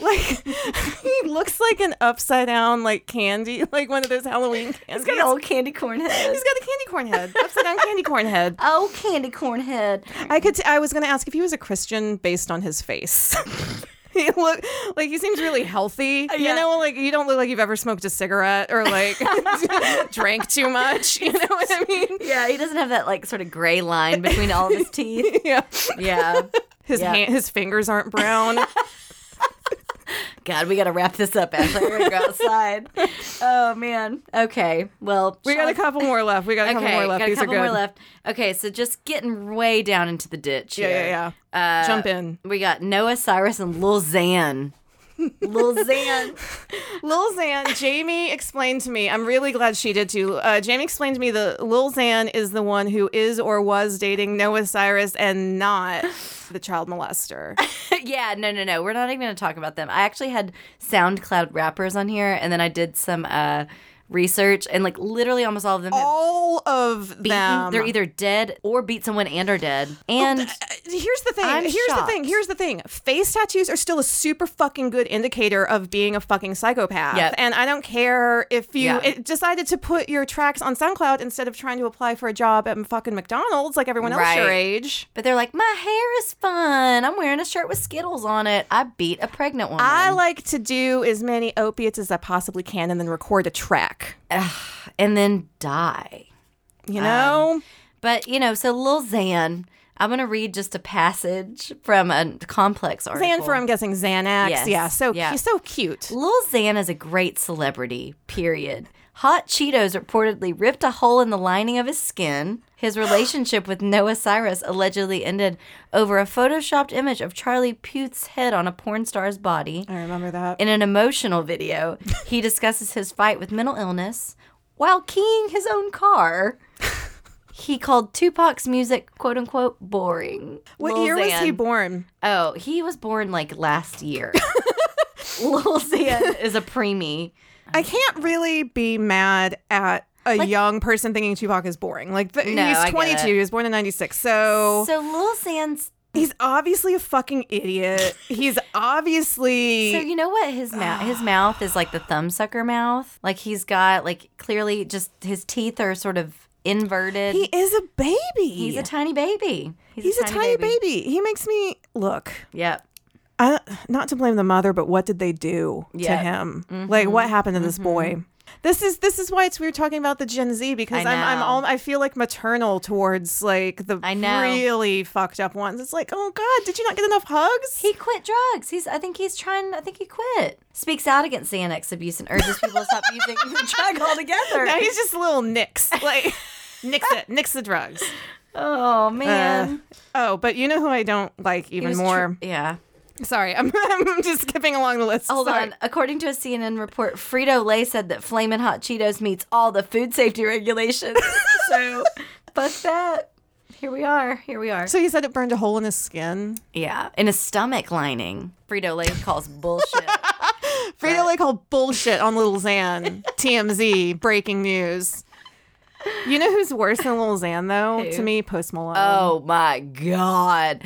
[SPEAKER 3] like *laughs* he looks like an upside down like candy, *laughs* like one of those Halloween candies.
[SPEAKER 2] He's got an old candy corn head.
[SPEAKER 3] He's got a candy corn head, upside down candy corn head.
[SPEAKER 2] Oh, candy corn head.
[SPEAKER 3] I could. T- I was going to ask if he was a Christian based on his face. *laughs* he look like he seems really healthy.
[SPEAKER 2] Uh, yeah.
[SPEAKER 3] You know, like you don't look like you've ever smoked a cigarette or like *laughs* drank too much. You know what I mean? *laughs*
[SPEAKER 2] Yeah, he doesn't have that like sort of gray line between all of his teeth.
[SPEAKER 3] Yeah.
[SPEAKER 2] Yeah.
[SPEAKER 3] His
[SPEAKER 2] Yeah.
[SPEAKER 3] hand, his fingers aren't brown.
[SPEAKER 2] God, we got to wrap this up, Ashley. We're going to
[SPEAKER 3] *laughs*
[SPEAKER 2] go outside. Oh, man. Okay. Well,
[SPEAKER 3] we got a couple more left. We got a couple
[SPEAKER 2] Okay,
[SPEAKER 3] more left.
[SPEAKER 2] got a
[SPEAKER 3] These
[SPEAKER 2] couple
[SPEAKER 3] are good.
[SPEAKER 2] more left. Okay, so just getting way down into the ditch.
[SPEAKER 3] Yeah,
[SPEAKER 2] here.
[SPEAKER 3] yeah,
[SPEAKER 2] Uh,
[SPEAKER 3] yeah. Jump in.
[SPEAKER 2] We got Noah Cyrus and Lil Xan.
[SPEAKER 3] *laughs*
[SPEAKER 2] Lil Xan. *laughs*
[SPEAKER 3] Lil Xan, Jamie explained to me, I'm really glad she did too. Uh, Jamie explained to me that Lil Xan is the one who is or was dating Noah Cyrus and not the child molester.
[SPEAKER 2] yeah, no, no, no. We're not even going to talk about them. I actually had SoundCloud rappers on here, and then I did some uh, research, and like literally almost all of them. have
[SPEAKER 3] All of
[SPEAKER 2] beaten-
[SPEAKER 3] them.
[SPEAKER 2] They're either dead or beat someone and are dead. And
[SPEAKER 3] Uh, Here's the thing.
[SPEAKER 2] I'm
[SPEAKER 3] Here's the thing.
[SPEAKER 2] shocked.
[SPEAKER 3] Here's the thing. Face tattoos are still a super fucking good indicator of being a fucking psychopath.
[SPEAKER 2] Yep.
[SPEAKER 3] And I don't care if you
[SPEAKER 2] Yeah.
[SPEAKER 3] it decided to put your tracks on SoundCloud instead of trying to apply for a job at fucking McDonald's like everyone else your
[SPEAKER 2] Right.
[SPEAKER 3] age.
[SPEAKER 2] but they're like, my hair is fun. I'm wearing a shirt with Skittles on it. I beat a pregnant woman.
[SPEAKER 3] I like to do as many opiates as I possibly can and then record a track.
[SPEAKER 2] and then die.
[SPEAKER 3] You know?
[SPEAKER 2] But you know, so Lil Xan, I'm gonna read just a passage from a complex article.
[SPEAKER 3] Xan for, I'm guessing, Xanax.
[SPEAKER 2] Yes.
[SPEAKER 3] Yeah, so
[SPEAKER 2] Yeah.
[SPEAKER 3] he's so cute.
[SPEAKER 2] Lil Xan is a great celebrity, period. Hot Cheetos reportedly ripped a hole in the lining of his skin.
[SPEAKER 3] *gasps*
[SPEAKER 2] His relationship with Noah Cyrus allegedly ended over a photoshopped image of Charlie Puth's head on a porn star's body.
[SPEAKER 3] I remember that.
[SPEAKER 2] In an
[SPEAKER 3] *laughs*
[SPEAKER 2] emotional video, he discusses his fight with mental illness while keying his
[SPEAKER 3] *laughs*
[SPEAKER 2] own car. He called Tupac's music "quote unquote" boring.
[SPEAKER 3] What
[SPEAKER 2] Lil
[SPEAKER 3] year was he
[SPEAKER 2] Xan-
[SPEAKER 3] born?
[SPEAKER 2] Oh, he was born like last *laughs* year. Lil Xan *laughs* is a preemie.
[SPEAKER 3] I can't really be mad at a young person thinking Tupac is boring. Like, the,
[SPEAKER 2] No, I
[SPEAKER 3] he's
[SPEAKER 2] get
[SPEAKER 3] 22,
[SPEAKER 2] it.
[SPEAKER 3] he was born in 96. So,
[SPEAKER 2] So Lil Xan's.
[SPEAKER 3] he's obviously a fucking *laughs* idiot. He's obviously.
[SPEAKER 2] So you know what his *sighs* mouth his mouth is like the thumbsucker mouth. Like he's got like clearly just his teeth are sort of inverted.
[SPEAKER 3] he is a baby.
[SPEAKER 2] he's a tiny baby.
[SPEAKER 3] He's a tiny baby. He makes me look.
[SPEAKER 2] Yep.
[SPEAKER 3] I, not to blame the mother, but what did they do to
[SPEAKER 2] Yeah. Mm-hmm.
[SPEAKER 3] him? Like, what happened to this boy? This is this is why it's weird talking about the Gen Z because
[SPEAKER 2] I
[SPEAKER 3] I'm I'm
[SPEAKER 2] know.
[SPEAKER 3] all I feel like maternal towards like the
[SPEAKER 2] I know.
[SPEAKER 3] really fucked up ones. It's like, oh god, did you not get enough hugs?
[SPEAKER 2] He quit drugs. He's. I think he's trying. I think he quit. Speaks out against Xanax abuse and urges people to stop *laughs* using the drug
[SPEAKER 3] *laughs*
[SPEAKER 2] altogether.
[SPEAKER 3] now he's just a little
[SPEAKER 2] *laughs*
[SPEAKER 3] nix, like nix it, nix the drugs.
[SPEAKER 2] oh man.
[SPEAKER 3] Uh, oh, but you know who I don't like
[SPEAKER 2] He
[SPEAKER 3] even
[SPEAKER 2] was tr-
[SPEAKER 3] more.
[SPEAKER 2] yeah.
[SPEAKER 3] Sorry, *laughs* I'm, I'm just skipping along the list.
[SPEAKER 2] Hold
[SPEAKER 3] Sorry.
[SPEAKER 2] on. According to a CNN report, Frito Lay said that Flamin' Hot Cheetos meets all the food safety
[SPEAKER 3] *laughs*
[SPEAKER 2] regulations. so, fuck that. Here we are. Here we are.
[SPEAKER 3] So he said it burned a hole in his skin.
[SPEAKER 2] Yeah, in a stomach lining. Frito Lay calls
[SPEAKER 3] *laughs*
[SPEAKER 2] bullshit. *laughs*
[SPEAKER 3] Frito Lay called bullshit on Little Xan. TMZ breaking news. You know who's worse than Lil Xan though?
[SPEAKER 2] Who?
[SPEAKER 3] To me, Post Malone.
[SPEAKER 2] Oh my God.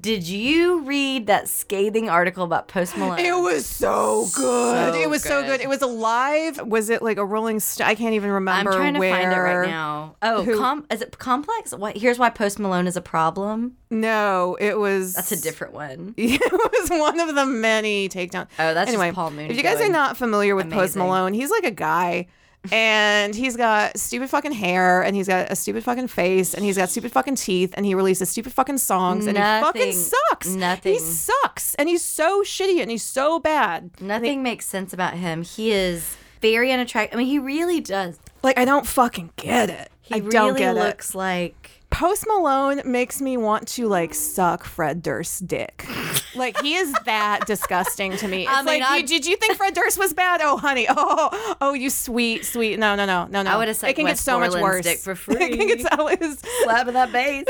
[SPEAKER 2] Did you read that scathing article about Post Malone?
[SPEAKER 3] It was so good.
[SPEAKER 2] So
[SPEAKER 3] it was so
[SPEAKER 2] good.
[SPEAKER 3] good. It was a live. Was it like a Rolling Stone? I can't even
[SPEAKER 2] I'm
[SPEAKER 3] remember.
[SPEAKER 2] trying to
[SPEAKER 3] where...
[SPEAKER 2] find it right now. Oh,
[SPEAKER 3] who-
[SPEAKER 2] com- is it complex? What? Here's why Post Malone is a problem.
[SPEAKER 3] No, it was.
[SPEAKER 2] That's a different one.
[SPEAKER 3] *laughs* it was one of the many takedowns.
[SPEAKER 2] Oh, that's just
[SPEAKER 3] anyway.
[SPEAKER 2] Paul Mooney
[SPEAKER 3] If you guys
[SPEAKER 2] going
[SPEAKER 3] are not familiar with Post
[SPEAKER 2] amazing.
[SPEAKER 3] Malone, he's like a
[SPEAKER 2] *laughs*
[SPEAKER 3] guy, and he's got stupid fucking hair, and he's got a stupid fucking face, and he's got stupid fucking teeth, and he releases stupid fucking songs, and he
[SPEAKER 2] Nothing-
[SPEAKER 3] fucking sucks.
[SPEAKER 2] nothing.
[SPEAKER 3] He sucks, and he's so shitty, and he's so bad.
[SPEAKER 2] Nothing makes sense about him. He is very unattractive. I mean, he really does.
[SPEAKER 3] Like I don't fucking get it.
[SPEAKER 2] He
[SPEAKER 3] I
[SPEAKER 2] really
[SPEAKER 3] don't get it.
[SPEAKER 2] looks like
[SPEAKER 3] *laughs* Post Malone makes me want to like suck Fred Durst's dick. like he is
[SPEAKER 2] *laughs*
[SPEAKER 3] that disgusting to me. It's
[SPEAKER 2] I
[SPEAKER 3] like,
[SPEAKER 2] mean,
[SPEAKER 3] you-
[SPEAKER 2] I-
[SPEAKER 3] did you think Fred Durst was bad? Oh, honey. Oh, oh, you sweet, sweet. No, no, no, no, no.
[SPEAKER 2] I would've sucked
[SPEAKER 3] It can get
[SPEAKER 2] Wes
[SPEAKER 3] so much worse.
[SPEAKER 2] Moreland's dick for
[SPEAKER 3] *laughs* it can get
[SPEAKER 2] free.
[SPEAKER 3] so it's
[SPEAKER 2] slap of that *laughs* bass.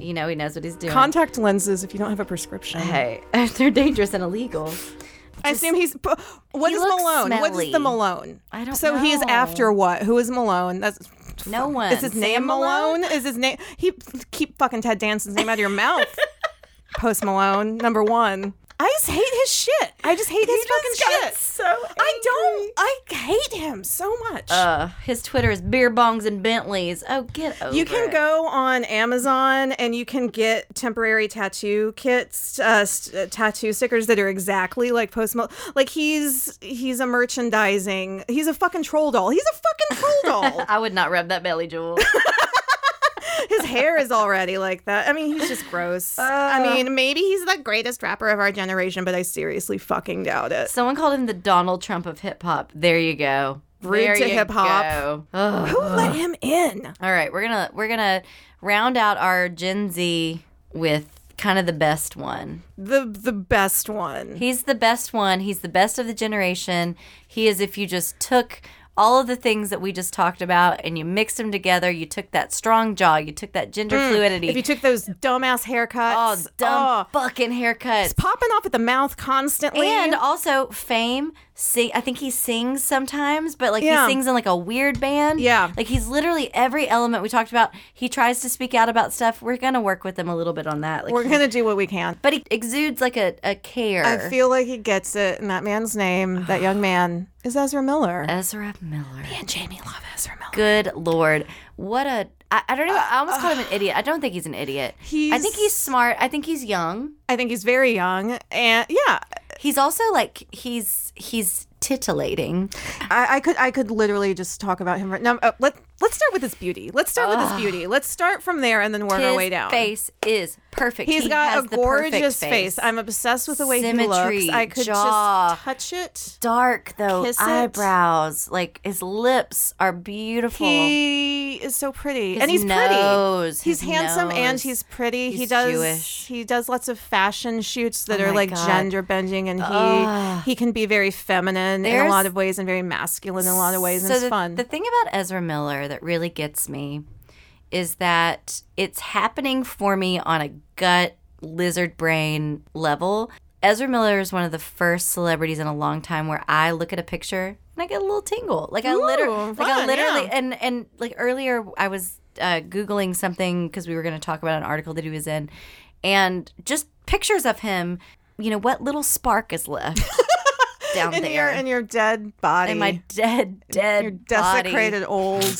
[SPEAKER 2] you know, he knows what he's doing.
[SPEAKER 3] contact lenses if you don't have a
[SPEAKER 2] *laughs*
[SPEAKER 3] prescription. *laughs*
[SPEAKER 2] hey, they're dangerous and illegal.
[SPEAKER 3] I assume he's. p- What
[SPEAKER 2] He
[SPEAKER 3] is
[SPEAKER 2] looks
[SPEAKER 3] Malone? What is the
[SPEAKER 2] smelly.
[SPEAKER 3] Malone?
[SPEAKER 2] I don't
[SPEAKER 3] So he is
[SPEAKER 2] know.
[SPEAKER 3] after what? Who is Malone? That's.
[SPEAKER 2] No one.
[SPEAKER 3] Is his
[SPEAKER 2] Sam
[SPEAKER 3] name Malone? Is his name? He keep fucking Ted Danson's name out of your mouth.
[SPEAKER 2] *laughs*
[SPEAKER 3] Post Malone, number one. I just hate his shit. I just hate his
[SPEAKER 2] just
[SPEAKER 3] fucking
[SPEAKER 2] got
[SPEAKER 3] shit.
[SPEAKER 2] so angry.
[SPEAKER 3] I don't. I hate him so much.
[SPEAKER 2] Uh, his Twitter is beer bongs and Bentleys. Oh, get over
[SPEAKER 3] you can
[SPEAKER 2] it.
[SPEAKER 3] go on Amazon and you can get temporary tattoo kits, uh, st- uh, tattoo stickers that are exactly like Post Malone. Like he's he's a merchandising. He's a fucking troll doll. He's a fucking troll
[SPEAKER 2] *laughs*
[SPEAKER 3] doll.
[SPEAKER 2] I would not rub that belly
[SPEAKER 3] *laughs*
[SPEAKER 2] jewel.
[SPEAKER 3] His hair is already like that. I mean, he's just gross. I mean, maybe he's the greatest rapper of our generation, but I seriously fucking doubt it.
[SPEAKER 2] Someone called him the Donald Trump of hip hop. There you go.
[SPEAKER 3] Rude
[SPEAKER 2] There
[SPEAKER 3] to
[SPEAKER 2] you
[SPEAKER 3] hip hop.
[SPEAKER 2] go. Ugh.
[SPEAKER 3] Who let him in?
[SPEAKER 2] All right, we're gonna we're gonna round out our Gen Z with kind of the best one.
[SPEAKER 3] The the best one.
[SPEAKER 2] He's the best one. He's the best of the generation. He is if you just took all of the things that we just talked about and you mixed them together, you took that strong jaw, you took that gender fluidity.
[SPEAKER 3] Mm. If you took those dumbass
[SPEAKER 2] oh,
[SPEAKER 3] haircuts,
[SPEAKER 2] dumb
[SPEAKER 3] oh,
[SPEAKER 2] fucking haircut.
[SPEAKER 3] it's popping off at the mouth constantly.
[SPEAKER 2] And also fame. Sing. I think he sings sometimes, but like
[SPEAKER 3] Yeah.
[SPEAKER 2] he sings in like a weird band.
[SPEAKER 3] Yeah.
[SPEAKER 2] Like he's literally every element we talked about. He tries to speak out about stuff. We're gonna work with him a little bit on that. Like,
[SPEAKER 3] we're gonna do what we can.
[SPEAKER 2] But he exudes like a, a care.
[SPEAKER 3] I feel like he gets it, and that man's name, that *sighs* young man, is Ezra Miller.
[SPEAKER 2] Ezra Miller.
[SPEAKER 3] and Jamie love Ezra Miller.
[SPEAKER 2] Good lord, what a. I, I don't know. I almost called him an idiot. I don't think he's an idiot. I think
[SPEAKER 3] Uh, He's-
[SPEAKER 2] he's smart. I think he's young.
[SPEAKER 3] I think he's very young, and yeah,
[SPEAKER 2] He's also like he's he's titillating.
[SPEAKER 3] I, I could I could literally just talk about him right now. Uh, let Let's start with his beauty. Let's start with his beauty. Let's start from there and then work our
[SPEAKER 2] His
[SPEAKER 3] way down.
[SPEAKER 2] face is perfect.
[SPEAKER 3] He's
[SPEAKER 2] He
[SPEAKER 3] got
[SPEAKER 2] has
[SPEAKER 3] a
[SPEAKER 2] the perfect
[SPEAKER 3] gorgeous face. I'm obsessed with the way he
[SPEAKER 2] Symmetry,
[SPEAKER 3] looks. I could
[SPEAKER 2] jaw.
[SPEAKER 3] just touch it.
[SPEAKER 2] dark though
[SPEAKER 3] Kiss it.
[SPEAKER 2] eyebrows like his lips are beautiful
[SPEAKER 3] He is so pretty,
[SPEAKER 2] His
[SPEAKER 3] and he's
[SPEAKER 2] nose,
[SPEAKER 3] pretty. He's
[SPEAKER 2] his
[SPEAKER 3] handsome and
[SPEAKER 2] nose.
[SPEAKER 3] he's pretty. he
[SPEAKER 2] He's
[SPEAKER 3] does
[SPEAKER 2] Jewish.
[SPEAKER 3] he does lots of fashion shoots that
[SPEAKER 2] Oh
[SPEAKER 3] are
[SPEAKER 2] my
[SPEAKER 3] like
[SPEAKER 2] God.
[SPEAKER 3] gender bending, and he he can be very feminine in a
[SPEAKER 2] There's-
[SPEAKER 3] lot of ways and very masculine in a lot of ways, and
[SPEAKER 2] so
[SPEAKER 3] it's
[SPEAKER 2] the,
[SPEAKER 3] fun. *laughs*
[SPEAKER 2] the thing about ezra miller that really gets me is that it's happening for me on a gut lizard brain level ezra miller is one of the first celebrities in a long time where i look at a picture and i get a little tingle like i
[SPEAKER 3] Ooh,
[SPEAKER 2] literally like i
[SPEAKER 3] fun,
[SPEAKER 2] literally
[SPEAKER 3] yeah.
[SPEAKER 2] and and like earlier I was uh, googling something because we were going to talk about an article that he was in, and just pictures of him. You know what little spark
[SPEAKER 3] *laughs*
[SPEAKER 2] is left down
[SPEAKER 3] in your
[SPEAKER 2] there
[SPEAKER 3] in your dead body,
[SPEAKER 2] in my dead,
[SPEAKER 3] your
[SPEAKER 2] dead, body.
[SPEAKER 3] desecrated old
[SPEAKER 2] *laughs*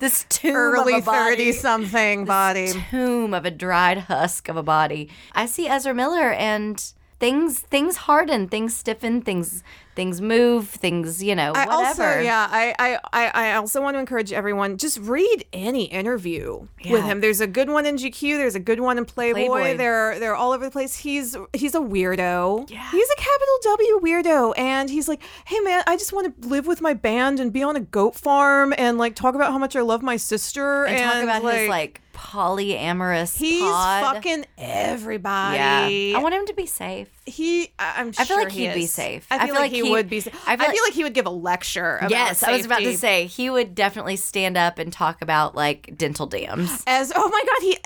[SPEAKER 2] this
[SPEAKER 3] *laughs*
[SPEAKER 2] tomb
[SPEAKER 3] early
[SPEAKER 2] of a body.
[SPEAKER 3] thirty something body.
[SPEAKER 2] tomb of a dried husk of a body. I see Ezra Miller and things things harden, things stiffen, things things move, things you know
[SPEAKER 3] I
[SPEAKER 2] whatever.
[SPEAKER 3] also, yeah, I, I, I, I also want to encourage everyone just read any interview with
[SPEAKER 2] Yeah.
[SPEAKER 3] him. There's a good one in GQ. There's a good one in Playboy.
[SPEAKER 2] Playboy.
[SPEAKER 3] They're they're all over the place. He's he's a weirdo. Yeah. He's a capital W weirdo, and he's like, hey man, I just want to live with my band and be on a goat farm and like talk about how much I love my sister
[SPEAKER 2] and talk about
[SPEAKER 3] like,
[SPEAKER 2] his like polyamorous.
[SPEAKER 3] he's
[SPEAKER 2] pod.
[SPEAKER 3] fucking everybody.
[SPEAKER 2] Yeah, I want him to be safe.
[SPEAKER 3] he, I- I'm sure
[SPEAKER 2] I feel like
[SPEAKER 3] he
[SPEAKER 2] he'd be
[SPEAKER 3] is.
[SPEAKER 2] safe.
[SPEAKER 3] I feel, like, he, would be. Sa- I feel, like, he would give a lecture. About
[SPEAKER 2] Yes, I was about to
[SPEAKER 3] safety.
[SPEAKER 2] say he would definitely stand up and talk about like dental dams.
[SPEAKER 3] as oh my god he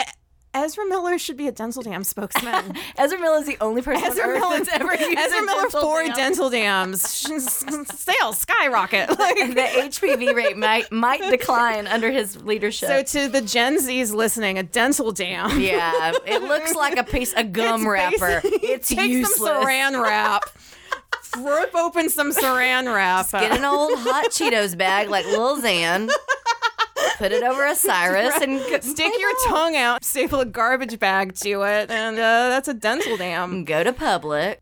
[SPEAKER 3] Ezra Miller should be a dental dam
[SPEAKER 2] *laughs*
[SPEAKER 3] spokesman.
[SPEAKER 2] *laughs* Ezra Miller is the only person
[SPEAKER 3] Ezra
[SPEAKER 2] on earth
[SPEAKER 3] Miller,
[SPEAKER 2] that's *laughs* ever used
[SPEAKER 3] Ezra
[SPEAKER 2] a
[SPEAKER 3] Miller
[SPEAKER 2] dental
[SPEAKER 3] for
[SPEAKER 2] dam.
[SPEAKER 3] dental dams. *laughs* Sales skyrocket. *laughs*
[SPEAKER 2] the
[SPEAKER 3] Like,
[SPEAKER 2] HPV rate might might decline under his leadership. *laughs*
[SPEAKER 3] so to the Gen Zs listening, a dental dam.
[SPEAKER 2] yeah, it looks like a piece
[SPEAKER 3] *laughs*
[SPEAKER 2] of gum wrapper. *laughs*
[SPEAKER 3] Basically, *laughs*
[SPEAKER 2] It's
[SPEAKER 3] take
[SPEAKER 2] useless.
[SPEAKER 3] some saran wrap. Rip open
[SPEAKER 2] *laughs*
[SPEAKER 3] some saran wrap. uh,
[SPEAKER 2] Get an old hot Cheetos bag like Lil Xan. Put it over a Cyrus and *laughs* go-
[SPEAKER 3] Stick your tongue out, staple a garbage bag to it, and uh, that's a dental dam.
[SPEAKER 2] go to public,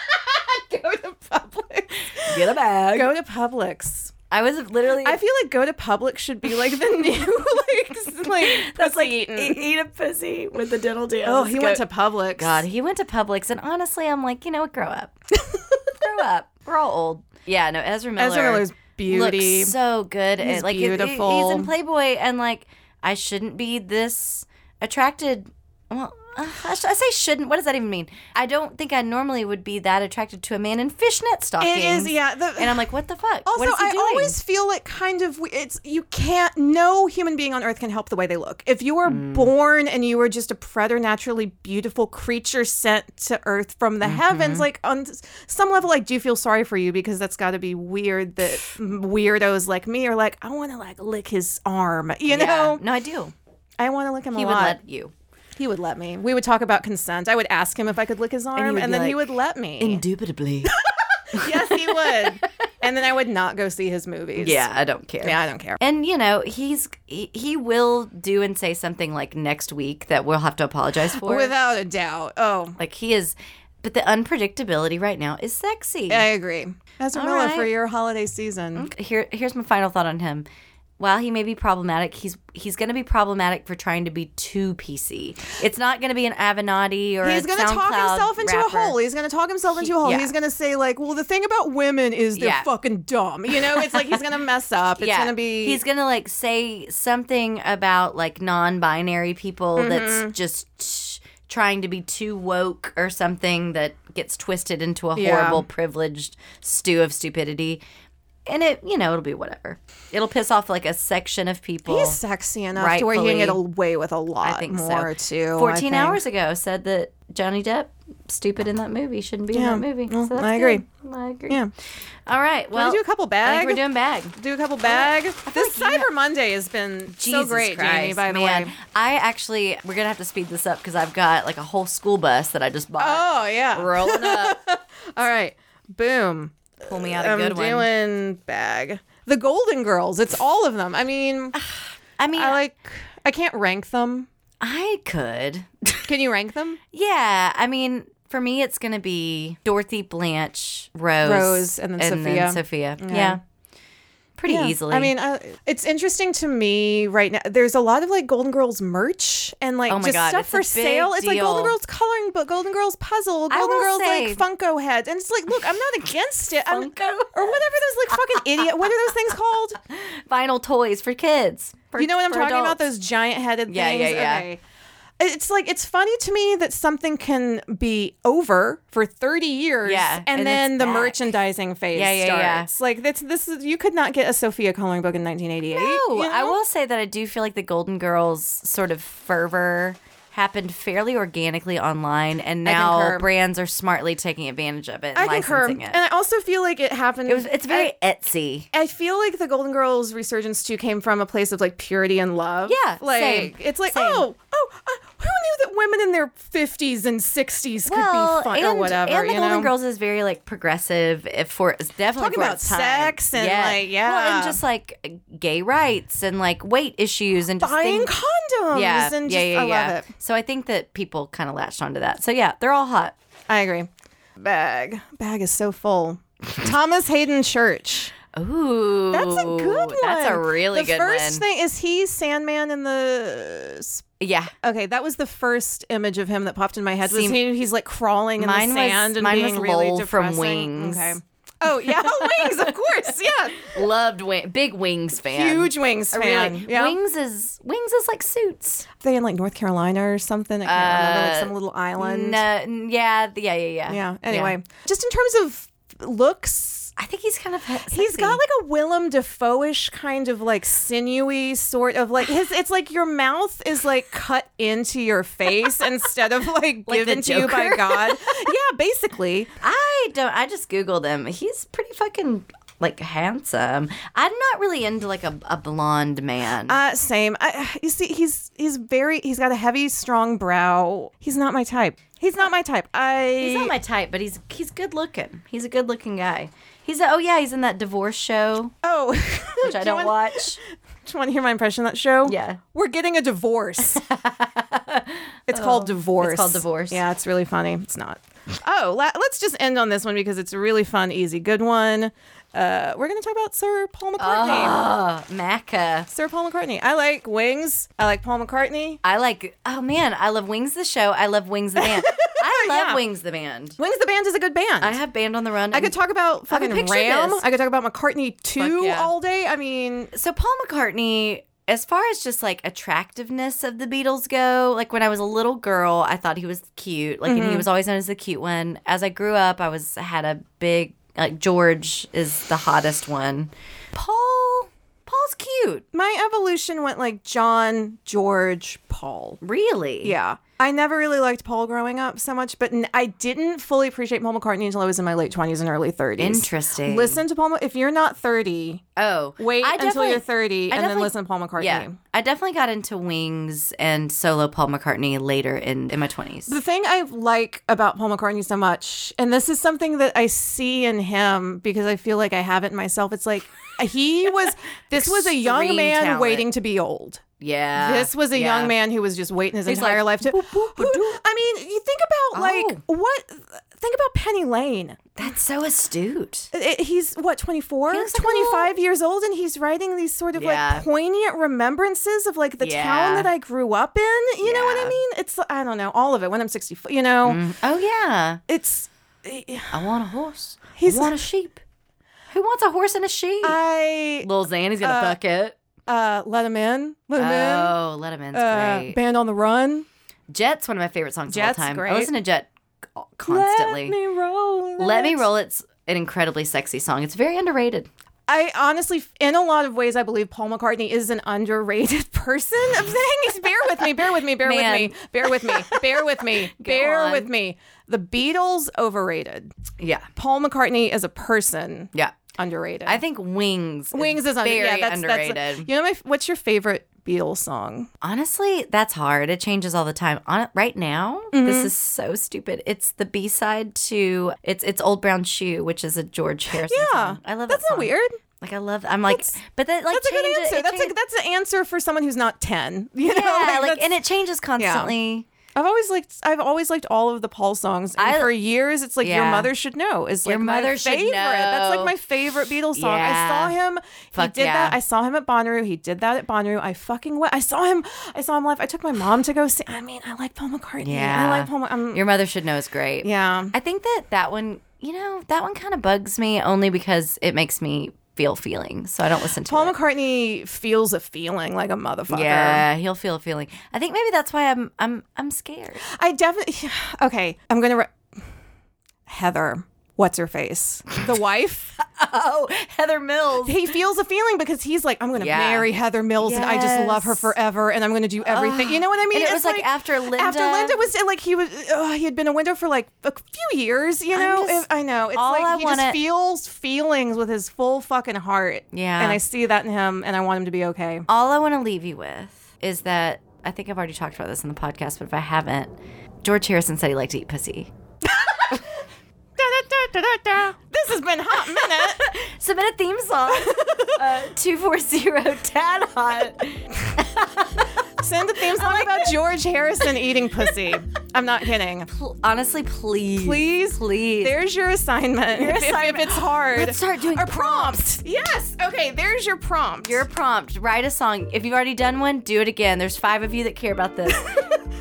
[SPEAKER 2] *laughs*
[SPEAKER 3] Go to Publix.
[SPEAKER 2] get a bag.
[SPEAKER 3] Go to Publix.
[SPEAKER 2] I was literally
[SPEAKER 3] I feel like go to Publix should be like the *laughs* new like like
[SPEAKER 2] *laughs* that's like
[SPEAKER 3] eaten.
[SPEAKER 2] e- eat a pussy with the dental dam.
[SPEAKER 3] Oh, he
[SPEAKER 2] Go-
[SPEAKER 3] went to Publix.
[SPEAKER 2] God, he went to Publix, and honestly, I'm like, you know what? Grow *laughs* up, grow up. We're all old. Yeah, no, Ezra Miller.
[SPEAKER 3] Ezra Miller's beauty.
[SPEAKER 2] looks so good.
[SPEAKER 3] He's
[SPEAKER 2] at, like he- he-
[SPEAKER 3] beautiful.
[SPEAKER 2] he's in Playboy, and like I shouldn't be this attracted. Well, uh, I, sh- I say shouldn't. What does that even mean? I don't think I normally would be that attracted to a man in fishnet stockings.
[SPEAKER 3] it is yeah. The,
[SPEAKER 2] And I'm like, what the fuck?
[SPEAKER 3] also,
[SPEAKER 2] what is he
[SPEAKER 3] I
[SPEAKER 2] doing?
[SPEAKER 3] always feel like kind of we- it's you can't. No human being on earth can help the way they look. If you were
[SPEAKER 2] Mm.
[SPEAKER 3] born and you were just a preternaturally beautiful creature sent to earth from
[SPEAKER 2] Mm-hmm.
[SPEAKER 3] the heavens, like on s- some level, I do feel sorry for you because that's got to be weird
[SPEAKER 2] *sighs*
[SPEAKER 3] that weirdos like me are like, I want to like lick his arm, you
[SPEAKER 2] Yeah.
[SPEAKER 3] know?
[SPEAKER 2] no, I do.
[SPEAKER 3] I want to lick him
[SPEAKER 2] He
[SPEAKER 3] a
[SPEAKER 2] would
[SPEAKER 3] lot.
[SPEAKER 2] let you.
[SPEAKER 3] He would let me. We would talk about consent. I would ask him if I could lick his arm, and,
[SPEAKER 2] would be
[SPEAKER 3] then he
[SPEAKER 2] like,
[SPEAKER 3] would let me.
[SPEAKER 2] *laughs* Indubitably.
[SPEAKER 3] yes, he
[SPEAKER 2] *laughs*
[SPEAKER 3] would. and then I would not go see his movies.
[SPEAKER 2] yeah, I don't care.
[SPEAKER 3] Yeah, I don't care.
[SPEAKER 2] And you know he's he, he will do and say something like next week that we'll have to apologize for.
[SPEAKER 3] Without a doubt. Oh,
[SPEAKER 2] like he is, but the unpredictability right now is sexy.
[SPEAKER 3] I agree. Ezra
[SPEAKER 2] All
[SPEAKER 3] Miller for
[SPEAKER 2] right.
[SPEAKER 3] your holiday season.
[SPEAKER 2] here here's my final thought on him. While he may be problematic, he's he's going to be problematic for trying to be too PC. It's not going to be an Avenatti or
[SPEAKER 3] He's
[SPEAKER 2] going
[SPEAKER 3] gonna
[SPEAKER 2] to
[SPEAKER 3] talk himself into a hole. He's gonna talk himself into a hole.
[SPEAKER 2] yeah.
[SPEAKER 3] He's gonna say like, "Well, the thing about women is they're
[SPEAKER 2] Yeah.
[SPEAKER 3] fucking dumb." You know, it's like he's gonna mess up. It's
[SPEAKER 2] yeah,
[SPEAKER 3] gonna be.
[SPEAKER 2] he's going to like say something about like non-binary people
[SPEAKER 3] Mm-hmm.
[SPEAKER 2] that's just trying to be too woke or something that gets twisted into a
[SPEAKER 3] Yeah.
[SPEAKER 2] horrible privileged stew of stupidity. And it, you know, it'll be whatever. It'll piss off like a section of people.
[SPEAKER 3] He's sexy enough to where he can get
[SPEAKER 2] rightfully-
[SPEAKER 3] away with a lot
[SPEAKER 2] I think
[SPEAKER 3] more
[SPEAKER 2] so.
[SPEAKER 3] too. I
[SPEAKER 2] 14
[SPEAKER 3] think.
[SPEAKER 2] hours ago said that Johnny Depp, stupid in that movie, shouldn't be
[SPEAKER 3] Yeah.
[SPEAKER 2] in that movie.
[SPEAKER 3] Well,
[SPEAKER 2] so that's
[SPEAKER 3] I agree.
[SPEAKER 2] good. I agree.
[SPEAKER 3] Yeah.
[SPEAKER 2] All right. Well,
[SPEAKER 3] Well, do a couple
[SPEAKER 2] I
[SPEAKER 3] bag.
[SPEAKER 2] think we're doing bag.
[SPEAKER 3] do a couple bag. This
[SPEAKER 2] like you
[SPEAKER 3] Cyber Monday has been so
[SPEAKER 2] Jesus
[SPEAKER 3] great,
[SPEAKER 2] Christ,
[SPEAKER 3] Jamie. By the
[SPEAKER 2] man.
[SPEAKER 3] way.
[SPEAKER 2] I actually we're gonna have to speed this up because I've got like a whole school bus that I just bought.
[SPEAKER 3] Oh yeah.
[SPEAKER 2] Rolling up,
[SPEAKER 3] All right. Boom.
[SPEAKER 2] pull me out a
[SPEAKER 3] *laughs* I'm
[SPEAKER 2] good
[SPEAKER 3] doing
[SPEAKER 2] one.
[SPEAKER 3] bag. The Golden Girls. It's all of them. I
[SPEAKER 2] *sighs*
[SPEAKER 3] mean,
[SPEAKER 2] I mean,
[SPEAKER 3] I like. I can't rank them.
[SPEAKER 2] I could.
[SPEAKER 3] Can you rank them?
[SPEAKER 2] yeah, I mean, for me, it's gonna be Dorothy, Blanche, Rose,
[SPEAKER 3] Rose, and then Sophia.
[SPEAKER 2] Sophia. Yeah, pretty
[SPEAKER 3] Yeah.
[SPEAKER 2] easily.
[SPEAKER 3] I mean, I, it's interesting to me right now. There's a lot of like Golden Girls merch and like
[SPEAKER 2] Oh my
[SPEAKER 3] just
[SPEAKER 2] God,
[SPEAKER 3] stuff
[SPEAKER 2] it's a
[SPEAKER 3] for
[SPEAKER 2] big
[SPEAKER 3] sale. It's like Golden
[SPEAKER 2] deal.
[SPEAKER 3] Girls coloring book, Golden Girls puzzle,
[SPEAKER 2] I
[SPEAKER 3] Golden
[SPEAKER 2] will
[SPEAKER 3] Girls
[SPEAKER 2] say-
[SPEAKER 3] like Funko heads, and it's like, look, I'm not against it. I'm-
[SPEAKER 2] Funko?
[SPEAKER 3] or whatever those like fucking idiot. What are those things
[SPEAKER 2] *laughs*
[SPEAKER 3] called?
[SPEAKER 2] vinyl toys for kids. for-
[SPEAKER 3] you know what I'm
[SPEAKER 2] for
[SPEAKER 3] talking about?
[SPEAKER 2] adults.
[SPEAKER 3] Those giant headed
[SPEAKER 2] Yeah,
[SPEAKER 3] things.
[SPEAKER 2] yeah, yeah.
[SPEAKER 3] Okay. It's like it's funny to me that something can be over for 30 years
[SPEAKER 2] Yeah,
[SPEAKER 3] and,
[SPEAKER 2] and
[SPEAKER 3] then
[SPEAKER 2] it's
[SPEAKER 3] the
[SPEAKER 2] back.
[SPEAKER 3] merchandising phase
[SPEAKER 2] Yeah, yeah, yeah.
[SPEAKER 3] starts. Like that's this is you could not get a Sophia coloring book in 1988.
[SPEAKER 2] No,
[SPEAKER 3] you
[SPEAKER 2] I
[SPEAKER 3] know?
[SPEAKER 2] will say that I do feel like the Golden Girls sort of fervor happened fairly organically online, and
[SPEAKER 3] concur.
[SPEAKER 2] now brands are smartly taking advantage of it and
[SPEAKER 3] I concur.
[SPEAKER 2] licensing
[SPEAKER 3] And
[SPEAKER 2] it.
[SPEAKER 3] I also feel like it happened
[SPEAKER 2] It was, it's very
[SPEAKER 3] I,
[SPEAKER 2] Etsy.
[SPEAKER 3] I feel like the Golden Girls resurgence too came from a place of like purity and love.
[SPEAKER 2] Yeah,
[SPEAKER 3] like
[SPEAKER 2] same,
[SPEAKER 3] it's like
[SPEAKER 2] same.
[SPEAKER 3] oh oh uh, who knew that women in their 50s and 60s could be fun
[SPEAKER 2] and,
[SPEAKER 3] or whatever.
[SPEAKER 2] and the
[SPEAKER 3] you
[SPEAKER 2] Golden
[SPEAKER 3] know?
[SPEAKER 2] Girls is very like progressive if for it's definitely
[SPEAKER 3] Talking
[SPEAKER 2] for
[SPEAKER 3] about
[SPEAKER 2] its time.
[SPEAKER 3] sex and, like,
[SPEAKER 2] well,
[SPEAKER 3] yeah.
[SPEAKER 2] and just like gay rights and like weight issues and just
[SPEAKER 3] buying
[SPEAKER 2] things-
[SPEAKER 3] condoms
[SPEAKER 2] yeah,
[SPEAKER 3] and
[SPEAKER 2] yeah,
[SPEAKER 3] just,
[SPEAKER 2] yeah,
[SPEAKER 3] I
[SPEAKER 2] yeah.
[SPEAKER 3] love it.
[SPEAKER 2] So I think that people kind of latched onto that. So yeah, they're all hot.
[SPEAKER 3] I agree. Bag. Bag is so full. Thomas Hayden Church.
[SPEAKER 2] Ooh,
[SPEAKER 3] That's a good one.
[SPEAKER 2] That's a really
[SPEAKER 3] the
[SPEAKER 2] good
[SPEAKER 3] first
[SPEAKER 2] one.
[SPEAKER 3] thing is he Sandman in the
[SPEAKER 2] yeah,
[SPEAKER 3] Okay, that was the first image of him that popped in my head. Was
[SPEAKER 2] See,
[SPEAKER 3] he, he's like crawling in
[SPEAKER 2] mine
[SPEAKER 3] the
[SPEAKER 2] was-
[SPEAKER 3] sand and
[SPEAKER 2] mine
[SPEAKER 3] being
[SPEAKER 2] was
[SPEAKER 3] really
[SPEAKER 2] Lowell from
[SPEAKER 3] depressing?
[SPEAKER 2] Wings.
[SPEAKER 3] Okay. Oh yeah, *laughs* Wings, of course.
[SPEAKER 2] *laughs*
[SPEAKER 3] Yeah.
[SPEAKER 2] loved wing, big Wings fan.
[SPEAKER 3] Huge Wings
[SPEAKER 2] I
[SPEAKER 3] fan.
[SPEAKER 2] Really,
[SPEAKER 3] yeah.
[SPEAKER 2] Wings is Wings is like suits.
[SPEAKER 3] They in like North Carolina or something. I can't remember,
[SPEAKER 2] Uh,
[SPEAKER 3] like some little island.
[SPEAKER 2] No, yeah, yeah, yeah, yeah.
[SPEAKER 3] Yeah. Anyway, just in terms of looks,
[SPEAKER 2] I think he's kind of he- sexy.
[SPEAKER 3] He's got like a Willem Dafoe-ish kind of like sinewy sort of like his. It's like your mouth is like cut into your face instead of like,
[SPEAKER 2] *laughs* Like the
[SPEAKER 3] given to you by
[SPEAKER 2] Joker? *laughs*
[SPEAKER 3] God. yeah, basically.
[SPEAKER 2] I don't. I just googled him. He's pretty fucking like handsome. I'm not really into like a, a blonde man.
[SPEAKER 3] Uh, same. I, you see, he's he's very he's got a heavy, strong brow. He's not my type. He's not my type. I.
[SPEAKER 2] he's not my type, but he's he's good looking. He's a good looking guy. He's a, oh yeah, he's in that divorce show
[SPEAKER 3] oh,
[SPEAKER 2] *laughs* which I
[SPEAKER 3] Do you
[SPEAKER 2] don't
[SPEAKER 3] want-
[SPEAKER 2] watch.
[SPEAKER 3] Do you want to hear my impression of that show?
[SPEAKER 2] Yeah.
[SPEAKER 3] We're getting a
[SPEAKER 2] *laughs*
[SPEAKER 3] divorce. it's called Divorce.
[SPEAKER 2] Oh, it's called Divorce.
[SPEAKER 3] Yeah, it's really funny. It's not. Oh, la- let's just end on this one because it's a really fun, easy, good one. Uh, we're going to talk about Sir Paul McCartney.
[SPEAKER 2] Oh, Maca.
[SPEAKER 3] Sir Paul McCartney. I like wings. I like Paul McCartney.
[SPEAKER 2] I like. Oh man, I love Wings the show. I love Wings
[SPEAKER 3] *laughs*
[SPEAKER 2] the band. I love Wings the band.
[SPEAKER 3] Wings the Band is a good band.
[SPEAKER 2] I have Band on the Run.
[SPEAKER 3] I could talk about
[SPEAKER 2] I could
[SPEAKER 3] fucking
[SPEAKER 2] picture
[SPEAKER 3] Ram.
[SPEAKER 2] this.
[SPEAKER 3] I could talk about McCartney 2
[SPEAKER 2] yeah.
[SPEAKER 3] all day. I mean,
[SPEAKER 2] so Paul McCartney, as far as just like attractiveness of the Beatles go, like when I was a little girl, I thought he was cute. Like
[SPEAKER 3] Mm-hmm.
[SPEAKER 2] and he was always known as the cute one. As I grew up, I was had a big like George is the hottest one. Paul Paul's cute.
[SPEAKER 3] my evolution went like John, George, Paul.
[SPEAKER 2] Really?
[SPEAKER 3] Yeah. I never really liked Paul growing up so much, but n- I didn't fully appreciate Paul McCartney until I was in my late 20s and early 30s.
[SPEAKER 2] Interesting.
[SPEAKER 3] Listen to Paul. Ma- If you're not 30,
[SPEAKER 2] Oh.
[SPEAKER 3] wait
[SPEAKER 2] I
[SPEAKER 3] until
[SPEAKER 2] definitely-
[SPEAKER 3] you're 30
[SPEAKER 2] I
[SPEAKER 3] and then
[SPEAKER 2] definitely-
[SPEAKER 3] listen to Paul McCartney.
[SPEAKER 2] Yeah. I definitely got into Wings and solo Paul McCartney later in, in my 20s.
[SPEAKER 3] The thing I like about Paul McCartney so much, and this is something that I see in him because I feel like I have it myself, it's
[SPEAKER 2] *laughs*
[SPEAKER 3] like he was, this was a young
[SPEAKER 2] Extreme
[SPEAKER 3] man
[SPEAKER 2] talent.
[SPEAKER 3] waiting to be old.
[SPEAKER 2] Yeah.
[SPEAKER 3] This was a
[SPEAKER 2] Yeah.
[SPEAKER 3] young man who was just waiting his
[SPEAKER 2] He's
[SPEAKER 3] entire life
[SPEAKER 2] like,
[SPEAKER 3] to. Who- I mean, you think about like
[SPEAKER 2] Oh.
[SPEAKER 3] what? Think about Penny Lane.
[SPEAKER 2] That's so astute.
[SPEAKER 3] I- I- he's what 24
[SPEAKER 2] He looks like a
[SPEAKER 3] 25 years old and he's writing these sort of
[SPEAKER 2] Yeah.
[SPEAKER 3] like poignant remembrances of like the
[SPEAKER 2] Yeah.
[SPEAKER 3] town that i grew up in you know what
[SPEAKER 2] Yeah.
[SPEAKER 3] i mean it's i don't know all of it when i'm 64 you know
[SPEAKER 2] Oh yeah.
[SPEAKER 3] it's
[SPEAKER 2] I want a horse.
[SPEAKER 3] He's-
[SPEAKER 2] I want a sheep. Who wants a horse and a sheep?
[SPEAKER 3] i
[SPEAKER 2] Lil Xanny's gonna fuck it.
[SPEAKER 3] uh let him in let him in
[SPEAKER 2] Oh, Let Him In's
[SPEAKER 3] uh,
[SPEAKER 2] great.
[SPEAKER 3] band on the run
[SPEAKER 2] Jet's one of my favorite songs
[SPEAKER 3] Jet's
[SPEAKER 2] of all time.
[SPEAKER 3] great.
[SPEAKER 2] I listen to Jet
[SPEAKER 3] let
[SPEAKER 2] constantly.
[SPEAKER 3] me roll
[SPEAKER 2] Let
[SPEAKER 3] it.
[SPEAKER 2] Me Roll. It's an incredibly sexy song. It's very underrated.
[SPEAKER 3] I honestly, in a lot of ways, I believe Paul McCartney is an underrated *laughs* person. I'm saying, bear with me, bear with me, bear
[SPEAKER 2] Man.
[SPEAKER 3] with me, bear with me, bear with
[SPEAKER 2] *laughs*
[SPEAKER 3] me, bear
[SPEAKER 2] on.
[SPEAKER 3] with me. The Beatles overrated.
[SPEAKER 2] Yeah.
[SPEAKER 3] Paul McCartney as a person
[SPEAKER 2] Yeah.
[SPEAKER 3] underrated.
[SPEAKER 2] I think Wings.
[SPEAKER 3] Wings is under-
[SPEAKER 2] very
[SPEAKER 3] yeah, that's, that's-
[SPEAKER 2] underrated.
[SPEAKER 3] you know, my, what's your favorite Beatles song?
[SPEAKER 2] Honestly, that's hard. It changes all the time. On right now,
[SPEAKER 3] Mm-hmm.
[SPEAKER 2] this is so stupid. It's the B side to it's it's Old Brown Shoe, which is a George Harrison.
[SPEAKER 3] Yeah.
[SPEAKER 2] song. I love
[SPEAKER 3] That's
[SPEAKER 2] that
[SPEAKER 3] not
[SPEAKER 2] song.
[SPEAKER 3] weird.
[SPEAKER 2] Like I love. I'm like, but that like
[SPEAKER 3] That's a good *laughs*
[SPEAKER 2] change-
[SPEAKER 3] answer.
[SPEAKER 2] it
[SPEAKER 3] That's a,
[SPEAKER 2] changes-
[SPEAKER 3] that's an answer for someone who's not ten. *laughs* You know,
[SPEAKER 2] yeah, like,
[SPEAKER 3] that's-
[SPEAKER 2] and it changes constantly.
[SPEAKER 3] I've always liked I've always liked all of the Paul songs. And
[SPEAKER 2] I-
[SPEAKER 3] for years, it's like
[SPEAKER 2] Yeah.
[SPEAKER 3] your mother should know is like
[SPEAKER 2] Your
[SPEAKER 3] my
[SPEAKER 2] Mother Should
[SPEAKER 3] favorite. That's
[SPEAKER 2] Know.
[SPEAKER 3] like my favorite Beatles song.
[SPEAKER 2] Yeah.
[SPEAKER 3] I saw him.
[SPEAKER 2] Fuck
[SPEAKER 3] he did
[SPEAKER 2] yeah.
[SPEAKER 3] that. I saw him at Bonnaroo. He did that at Bonnaroo. I fucking went. I saw him. I saw him live. I took my mom to go see. I mean, I like Paul McCartney.
[SPEAKER 2] Yeah.
[SPEAKER 3] I like Paul. Ma- I'm,
[SPEAKER 2] Your mother should know is great.
[SPEAKER 3] yeah.
[SPEAKER 2] I think that that one, you know, that one kind of bugs me only because it makes me feel feelings, so I don't listen to
[SPEAKER 3] Paul
[SPEAKER 2] it.
[SPEAKER 3] McCartney feels a feeling like a motherfucker.
[SPEAKER 2] yeah, he'll feel a feeling. I think maybe that's why I'm I'm I'm scared.
[SPEAKER 3] I definitely. *sighs* Okay, I'm gonna. Re- Heather, what's her face? The wife.
[SPEAKER 2] Oh, Heather Mills.
[SPEAKER 3] he feels a feeling because he's like, I'm going to
[SPEAKER 2] Yeah.
[SPEAKER 3] marry Heather Mills and I just love her
[SPEAKER 2] Yes.
[SPEAKER 3] forever and I'm going to do everything. you know what I mean?
[SPEAKER 2] And it
[SPEAKER 3] It's
[SPEAKER 2] was, like, after
[SPEAKER 3] After
[SPEAKER 2] Linda-
[SPEAKER 3] Linda was like, he was, uh, he had been a widow for like a few years, you know? If-
[SPEAKER 2] just-
[SPEAKER 3] I know. It's
[SPEAKER 2] all
[SPEAKER 3] like
[SPEAKER 2] I
[SPEAKER 3] he
[SPEAKER 2] wanna-
[SPEAKER 3] just feels feelings with his full fucking heart.
[SPEAKER 2] Yeah.
[SPEAKER 3] And I see that in him and I want him to be
[SPEAKER 2] *laughs*
[SPEAKER 3] okay.
[SPEAKER 2] All I want to leave you with is that I think I've already talked about this in the podcast, but if I haven't, George Harrison said he liked to eat pussy.
[SPEAKER 3] Da-da-da-da-da-da. This has been Hot Minute.
[SPEAKER 2] Submit a theme song.
[SPEAKER 3] *laughs*
[SPEAKER 2] Uh, Two four zero tad hot.
[SPEAKER 3] Send a theme song about George Harrison eating pussy. I'm not kidding.
[SPEAKER 2] Pl- honestly, please,
[SPEAKER 3] Please,
[SPEAKER 2] please.
[SPEAKER 3] There's your assignment. *laughs* If- if- If, it's hard,
[SPEAKER 2] Let's start doing
[SPEAKER 3] or prompts.
[SPEAKER 2] prompts.
[SPEAKER 3] Yes. Okay. There's your prompt.
[SPEAKER 2] Your prompt: write a song. If you've already done one, do it again. There's five of you that care
[SPEAKER 3] *laughs*
[SPEAKER 2] about this.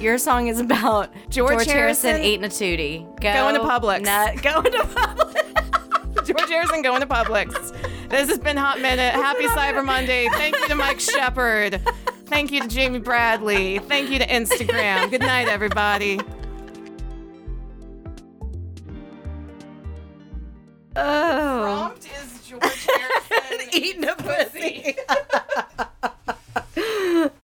[SPEAKER 2] Your song is about George,
[SPEAKER 3] George
[SPEAKER 2] Harrison,
[SPEAKER 3] Harrison
[SPEAKER 2] eating a tootie. Go
[SPEAKER 3] Going to Publix. *laughs*
[SPEAKER 2] nut- going to Publix.
[SPEAKER 3] George Harrison going to Publix. This has been Hot Minute. Happy Cyber Monday. Thank you to *laughs* Mike Shepard. Thank you to Jamie Bradley. Thank you to Instagram. Good night, everybody.
[SPEAKER 4] Oh.
[SPEAKER 2] Prompt is George Harrison
[SPEAKER 3] *laughs* Eating a pussy.